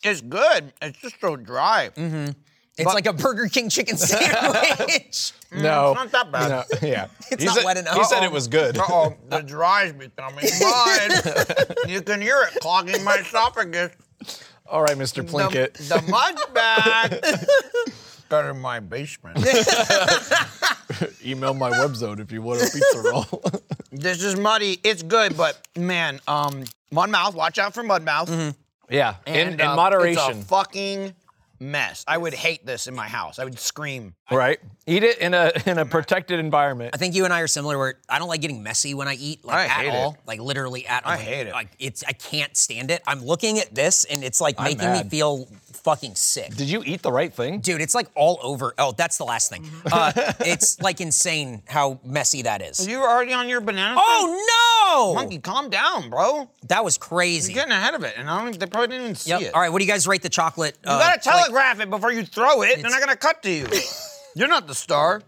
It's good. It's just so dry. Mm-hmm.
It's like a Burger
[LAUGHS]
King chicken sandwich.
No,
not that bad.
No, yeah,
It's
He
not
said-
wet enough.
He said it was good.
Oh,
[LAUGHS]
The dries becoming mine. you can hear it clogging my esophagus.
all right, Mr.
The,
Plinkett.
the mud
[LAUGHS]
bag. Got in my basement.
Email my web zone if you want a pizza roll.
this is muddy. It's good, but man, um, mud mouth. Watch out for mud mouth.
Mm-hmm.
yeah, in, in
uh,
moderation,
It's a fucking mess. I would hate this in my house. I would scream.
right? Eat it in a in a protected environment.
I think you and I are similar. Where I don't like getting messy when I eat, like
I
at
hate
all,
it.
like literally at all. I
hate it.
Like it's, I can't stand it. I'm looking at this, and it's like making me
mad.
feel fucking sick.
Did you eat the right thing?
Dude, it's like all over. Oh, that's the
[LAUGHS]
last thing. Uh, it's like insane how messy that is.
You were already on your banana. thing?
Oh no!
monkey, calm down, bro.
That was crazy.
You're getting ahead of it, and I don't. They probably didn't even see
Yep.
it.
All right, what do you guys rate the chocolate? uh,
You gotta telegraph it before you throw it. They're
It's-
not gonna cut to you. [LAUGHS] You're not the star.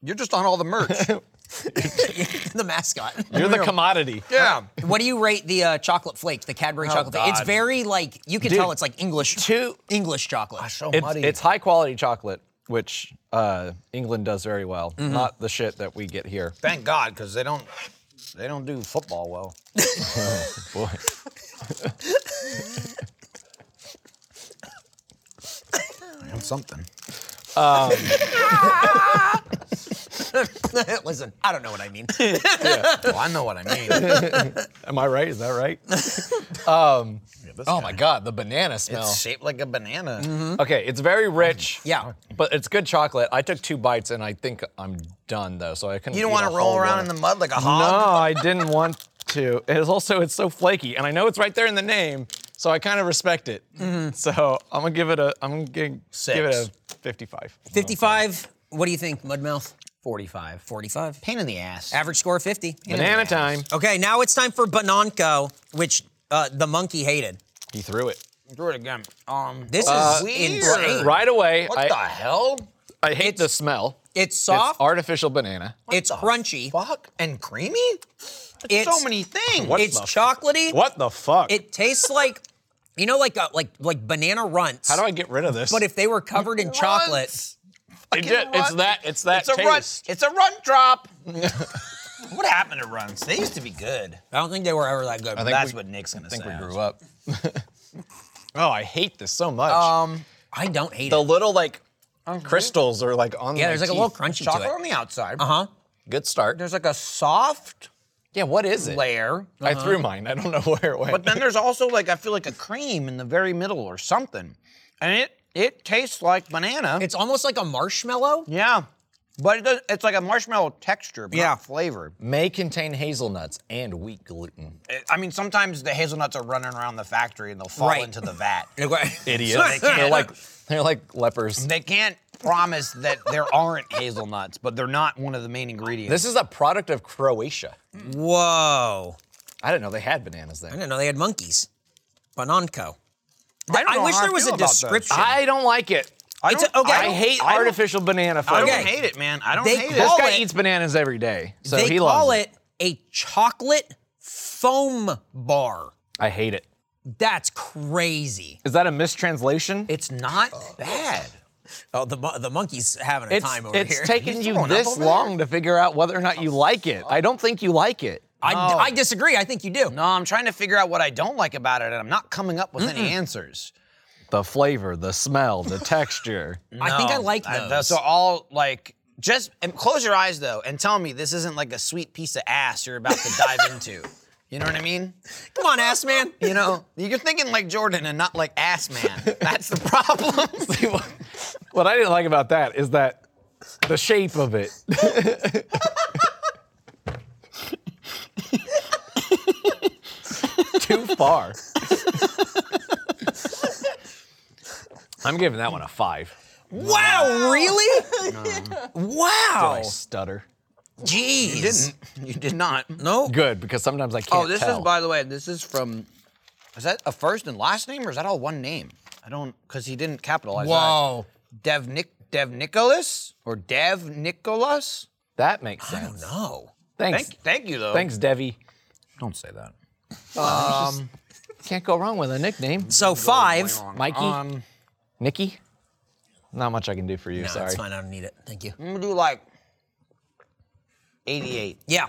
You're just on all the merch.
the mascot.
You're the commodity.
[LAUGHS] yeah.
[LAUGHS] what do you rate the uh, chocolate flakes, the Cadbury chocolate flake? It's
God.
very like you can
Dude,
tell it's like English
two- oh.
English chocolate.
So
It's,
muddy.
it's high quality chocolate, which uh, England does very well. Not the shit that we get here.
Thank God, because they don't. They don't do football [LAUGHS] well. Oh,
Boy.
They something.
[LAUGHS] Listen, I don't know what I mean.
Well, I know what I [LAUGHS] mean.
Am I right? Is that [LAUGHS] right? oh my god, the banana smell.
It's shaped like a banana.
okay, it's very rich.
Yeah.
But it's good chocolate. I took two bites and I think I'm done though, so I couldn't.
You don't
want to
roll around in the mud like a
No,
hog.
I didn't want to. It's also it's so flaky, and I know it's right there in the name, so I kind of respect it. So I'm gonna give it a I'm gonna gi- give it a 55.
55. What do you think, Mudmouth? 45. 45.
Pain in the ass.
Average score 50.
Banana time.
Okay, now it's time for Bananco, which uh, the monkey hated.
He threw it
Do it again. Um,
This is
weird.
insane.
right away.
what
I,
the hell?
I hate the smell.
It's
It's
soft,
artificial banana.
it's, crunchy,
Fuck and creamy.
it's,
so many things.
it's chocolatey.
What the fuck?
It tastes like, you know, like a, like like banana runts.
How do I get rid of this?
But if they were covered in chocolate,
It ju- it's that it's that
It's a run.
taste.
It's a run drop. [LAUGHS] what happened to runs? They used to be good.
I don't think they were ever that good.
That's what Nick's gonna say.
[LAUGHS] up. oh, I hate this so much.
Um, I don't hate
the
it.
little like crystals are like on.
Oh, Yeah,
my
there's like a
teeth.
little crunchy to
Chocolate
it.
on the outside.
Uh huh.
Good start.
There's like a soft
Yeah, what is it?
layer,
I threw mine. I don't know [LAUGHS] where it went.
but then there's also like I feel like a cream in the very middle or something, and it it tastes like banana.
It's almost like a marshmallow.
yeah, but it does, it's like a marshmallow texture, but
Yeah.
not flavor.
May contain hazelnuts and wheat gluten.
I- I mean, sometimes the hazelnuts are running around the factory and they'll fall
Right.
into the vat.
[LAUGHS] Idiots. they're like they're like lepers.
They can't promise that there aren't hazelnuts, but they're not one of the main ingredients.
This is a product of Croatia.
Whoa!
I didn't know they had bananas
I
there.
didn't know they had monkeys. Bananco.
I, don't know
wish
how
there was
feel
a
about this.
description.
I don't like it.
I
It's a-
don't-
okay.
I hate
I don't-
artificial banana
I
flavor.
don't
Okay.
hate it, man. I don't
They
hate
This
call
it.
guy
it-
eats bananas every day, so
they
he
call
loves
it a chocolate foam bar.
I hate it.
That's crazy.
Is that a mistranslation?
It's not bad.
Oh, the mon- the monkey's having a
It's,
time over
it's
here.
taken you
throwing up
this
over there?
long to figure out whether or not you like it. I don't think you like it.
I, I disagree. I think you do.
No, I'm trying to figure out what I don't like about it, and I'm not coming up with any answers.
The flavor, the smell, the [LAUGHS] texture.
I think I
No,
like
Um, I-
those.
so all like just and close your eyes though and tell me this isn't like a sweet piece of ass you're about to dive [LAUGHS] into. You know what I mean?
Come on, ass man.
You know, you're thinking like Jordan and not like ass man. That's the [LAUGHS] problem.
what I didn't like about that is that the shape
[LAUGHS]
of it. Too far. I'm giving that one a five.
[LAUGHS] Wow, really? Wow.
Oh.
I stutter.
Jeez. You didn't.
you did not.
No.
Good, because sometimes I can't
Oh, this
tell.
is by the way, this is from is that a first and last name or is that all one name? I don't cause he didn't capitalize. that.
Whoa.
Dev Nick Dev Nicholas or Dev Nicholas?
that makes sense.
No.
Thanks.
Thank thank you though.
Thanks, Devi.
Don't say that. Oh,
Um, Can't go wrong with a nickname.
Um,
So five.
Mikey? Nikki? Not much I can do for you.
No,
sorry.
it's fine. I don't need it. Thank you.
I'm gonna do like 88.
Yeah.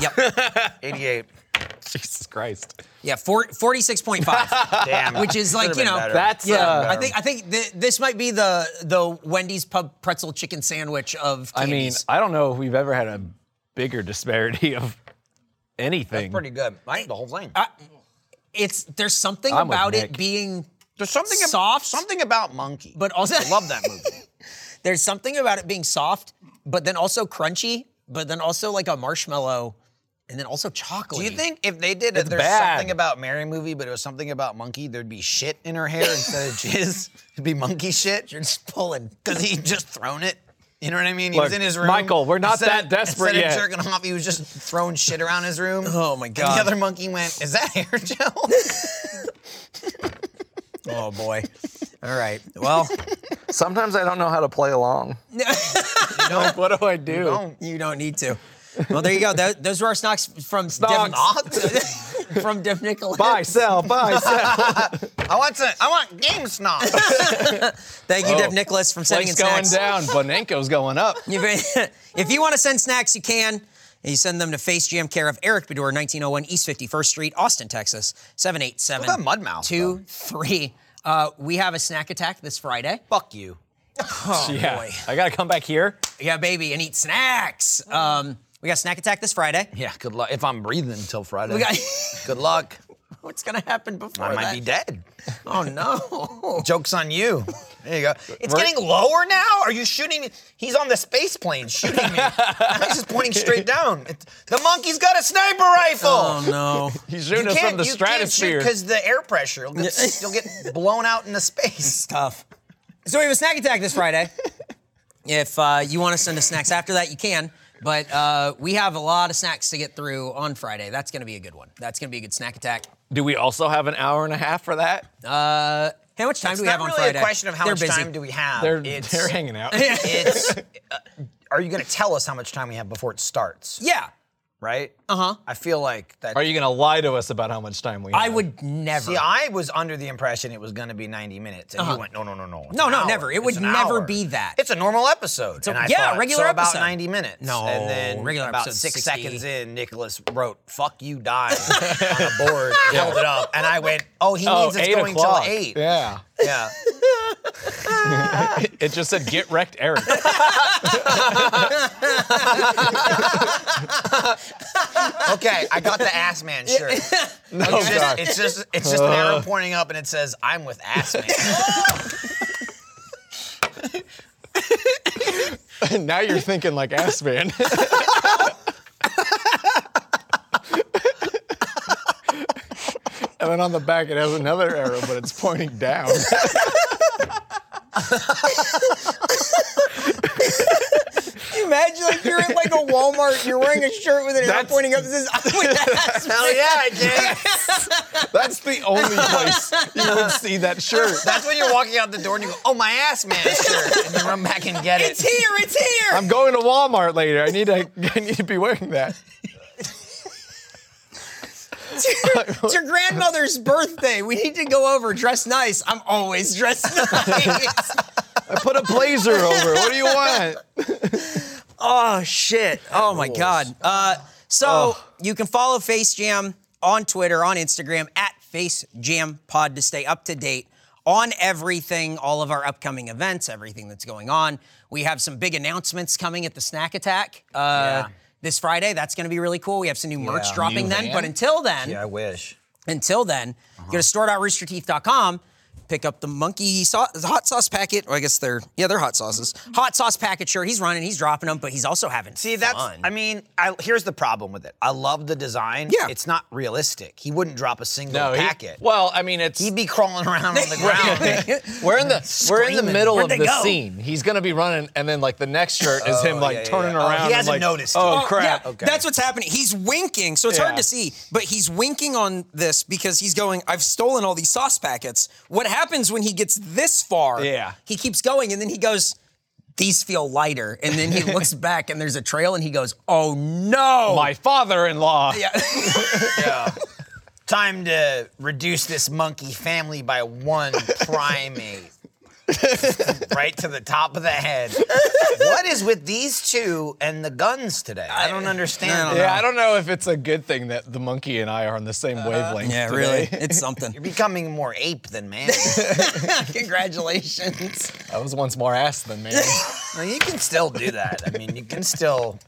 Yep. [LAUGHS]
88.
[LAUGHS] Jesus Christ.
Yeah, four, 46.5,
Damn.
which is like,
Could've
you
been
know,
better.
That's
yeah.
uh,
I think I think th- this might be the the Wendy's pub pretzel chicken sandwich of
I mean,
candies.
I don't know if we've ever had a bigger disparity of anything.
pretty good. I ate the whole thing.
it's there's something
I'm with
about it
Nick.
being
There's something ab-
soft,
something about monkey.
but also
I love that movie.
[LAUGHS] there's something about it being soft, but then also crunchy, but then also like a marshmallow, and then also chocolate.
Do you think if they did it, there's
bad.
something about Mary movie, but it was something about monkey, there'd be shit in her hair
[LAUGHS]
instead of jizz? It'd be monkey shit
you're just pulling?
because he just thrown it. You know what I mean? He was
Look,
in his room.
Michael, we're not
Instead
that
of-
desperate
instead
yet.
of jerking off, he was just throwing shit around his room.
Oh my
And
God.
the other monkey went, "Is that hair
[LAUGHS]
gel?"
Oh boy. All right. Well, [LAUGHS]
Sometimes I don't know how to play along. what do I do?
you don't need to. Well, there you go. Tho- those were our snacks from Dev- [LAUGHS] from Dev Nicholas.
[LAUGHS] Buy, sell, buy, sell.
I want to. I want game
[LAUGHS]
snob.
Thank you, Dev Nicholas, from sending
Blake's
in
Oh, going
snacks.
down. Bonenko's going up.
If, [LAUGHS] if you want to send snacks, you can. And you send them to Face Jam care of Eric Bedour, 1901 East 51st Street, Austin, Texas, 787
What about Mudmouth, though?
23. Uh, we have a snack attack this Friday.
Fuck you. Oh,
yeah. I gotta come back here.
Yeah, baby, and eat snacks. Um, we got snack attack this Friday.
Yeah. Good luck. If I'm breathing until Friday. [LAUGHS]
We got-
good luck.
What's going to happen before
I might
that?
be dead.
Oh, no.
[LAUGHS] Joke's on you. There you go. It's getting lower now? Are you shooting me? He's on the space plane shooting [LAUGHS] me. He's just pointing straight down. It's- the monkey's got a sniper rifle.
Oh, no.
He's shooting us from the stratosphere.
because the air pressure. You'll [LAUGHS] get, you'll get blown out into [LAUGHS] space.
Tough. So we have a snack attack this Friday. if uh, you want to send us snacks after that, you can. But uh, we have a lot of snacks to get through on Friday. That's going to be a good one. That's going to be a good snack attack.
do we also have an hour and a half for that?
How much time
It's
do we
not
have on
really
Friday?
a question of how
They're
much
busy.
time do we have.
They're,
it's,
they're hanging
[LAUGHS]
out.
it's, uh, are you going to tell us how much time we have before it starts?
Yeah,
Right? Uh huh.
Uh-huh.
I feel like that.
Are you Uh-huh. gonna lie to us about how much time we have?
I would never.
See, I was under the impression it was going to be 90 minutes, and you went, no, no, no, no. it's
Uh-huh. No,
an
no,
hour.
never. It
It's
would
an
never
hour."
be that.
It's a normal episode. and I
yeah,
thought,
regular
so
episode.
about 90 minutes.
No,
and then
regular
about
episode's
six
60.
seconds in, Nicholas wrote, "Fuck you, die"
[LAUGHS]
on a board, and held it up, and I went, "Oh, he
Oh,
means it's
eight
going
o'clock.
till eight.
Yeah. [LAUGHS]
Yeah.
It just said get wrecked, Eric.
[LAUGHS] Okay, I got the ass man shirt.
[LAUGHS]
it's, just, it's just it's just an
Uh.
arrow pointing up, and it says, "I'm with ass
[LAUGHS]
man."
[LAUGHS] now you're thinking like ass man. [LAUGHS] and then on the back it has another arrow, but it's pointing down. [LAUGHS]
Can you imagine like you're at like a Walmart, you're wearing a shirt with an arrow
That's-
pointing up that says "Oh, "I would ask."
Hell yeah, I did.
That's the only place you would see that shirt.
That's when you're walking out the door and you go, "Oh, my ass man shirt," and you run back and get
It's
it.
here, it's here.
I'm going to Walmart later. I need to [LAUGHS] I need to be wearing that.
it's, your, it's your grandmother's birthday. We need to go over, dress nice. I'm always dressed [LAUGHS] nice.
I put a blazer over. What do you want?
Oh shit! Oh my god! Uh, so you can follow Face Jam on Twitter, on Instagram at Face Jam Pod to stay up to date on everything, all of our upcoming events, everything that's going on. We have some big announcements coming at the Snack Attack uh, this Friday. That's going to be really cool. We have some new merch dropping then. But until then,
Yeah, I wish.
until then,
Uh-huh.
go to store.roosterteeth.com, pick up the monkey sau- the hot sauce packet. Or I guess they're yeah, they're hot sauces. Hot sauce packet shirt. He's running, he's dropping them, but he's also having
See, that's.
fun.
I mean, I, here's the problem with it. I love the design.
Yeah.
it's not realistic. He wouldn't drop a single
he-
packet.
well, I mean, it's
He'd be crawling around on the ground.
we're in the we're in the
Screaming.
middle
Where'd
of
they
the
go?
scene. He's gonna be running, and then like the next shirt is him like
yeah, yeah,
turning
yeah. Oh, he
around. and,
hasn't
like,
noticed
Oh
it.
Oh,
crap!
yeah, That's what's happening. He's winking, so it's hard
Yeah.
to see, but he's winking on this because he's going, I've stolen all these sauce packets. What happens when he gets this far?
Yeah.
He keeps going and then he goes, These feel lighter.
[LAUGHS]
And then he looks back and there's a trail and he goes, Oh no.
My father-in-law.
Time to reduce this monkey family by one primate. right to the top of the head. what is with these two and the guns today? I don't understand.
Yeah, I don't know if it's a good thing that the monkey and I are on the same
Uh,
wavelength.
Yeah,
today. [LAUGHS]
really. It's something.
You're becoming more ape than man.
Congratulations.
I was once more ass
[LAUGHS]
than man.
Well, you can still do that. I mean, you can still,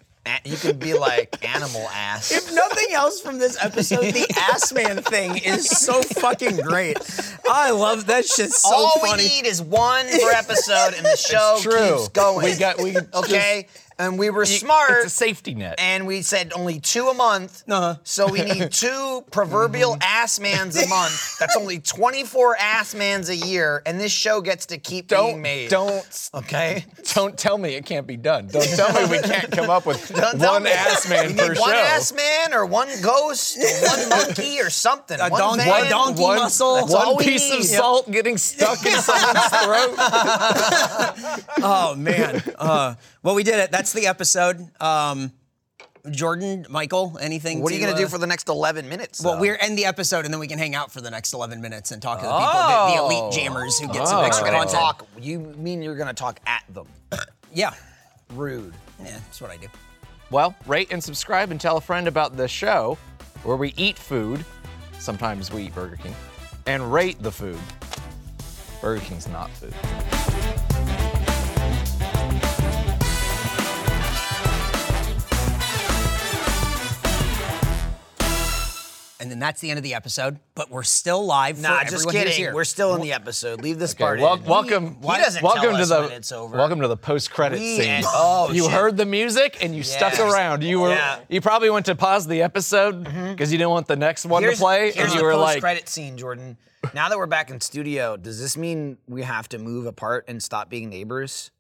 you can be like animal ass.
If nothing else from this episode, the ass man thing is so fucking great. I love that shit so
All
funny.
we need is one per episode, and the show
True.
keeps going.
We got we
[LAUGHS] okay, and we were
It's
smart,
a safety net.
and we said only two a month.
Uh-huh.
So we
[LAUGHS]
need two proverbial
Mm-hmm.
ass mans a month. That's only twenty-four ass mans a year, and this show gets to keep being
Don't
made.
don't
okay.
don't tell me it can't be done. Don't tell me we can't come up with
[LAUGHS] Don't tell
one
me.
ass
You
man
need
per
One
show.
ass man, or one ghost, or one monkey, or something.
A
one
donkey-
man.
a donkey muscle.
One
That's all we
piece of
need.
salt getting stuck in someone's throat.
Oh man. Uh, well, we did it. That's the episode. Um, Jordan, Michael, anything?
What are you
to,
gonna
uh,
do for the next eleven minutes?
Well,
though?
we're end the episode and then we can hang out for the next 11 minutes and talk to the people, the, the elite jammers who get some extra
We're gonna
content.
Oh. talk. You mean you're gonna talk at them?
Yeah.
Rude.
Yeah, that's what I do.
Well, rate and subscribe and tell a friend about the show where we eat food. Sometimes we eat Burger King. And rate the food. Burger King's not food.
And then that's the end of the episode, but we're still live
Nah,
for
just
everyone who's
kidding.
here.
We're still in the episode. Leave this part
Okay, wel-
in.
welcome.
He, he doesn't
welcome
tell
to
us
the
when it's over.
welcome to the post credit
We
scene.
end- oh,
you
shit.
heard the music and you stuck
Yeah.
around. You were
Yeah. Mm-hmm.
you probably went to pause the episode because you didn't want the next one
here's,
to play,
Here's
and you
the
were
post
like,
credit scene, Jordan. Now that we're back in studio, does this mean we have to move apart and stop being neighbors?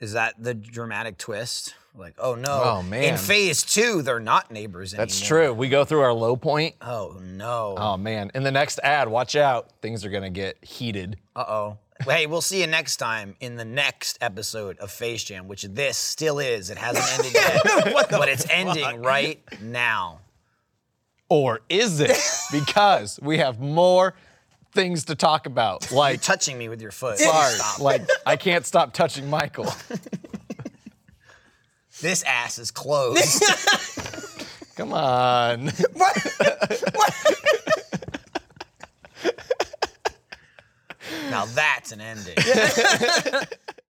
Is that the dramatic twist? Like, oh no.
Oh, man.
In phase two, they're not neighbors anymore.
"That's true." We go through our low point.
Oh no.
Oh man! In the next ad, watch out. Things are gonna get heated.
Uh oh. Hey, we'll see you next time in the next episode of Face Jam, which this still is. It hasn't ended yet, but it's ending right now.
Or is
[LAUGHS]
it? because we have more things to talk about. Like,
Touching me with your foot.
sorry,
[LAUGHS] Stop.
like I can't stop touching Michael.
This ass is closed.
Come on.
now that's an ending.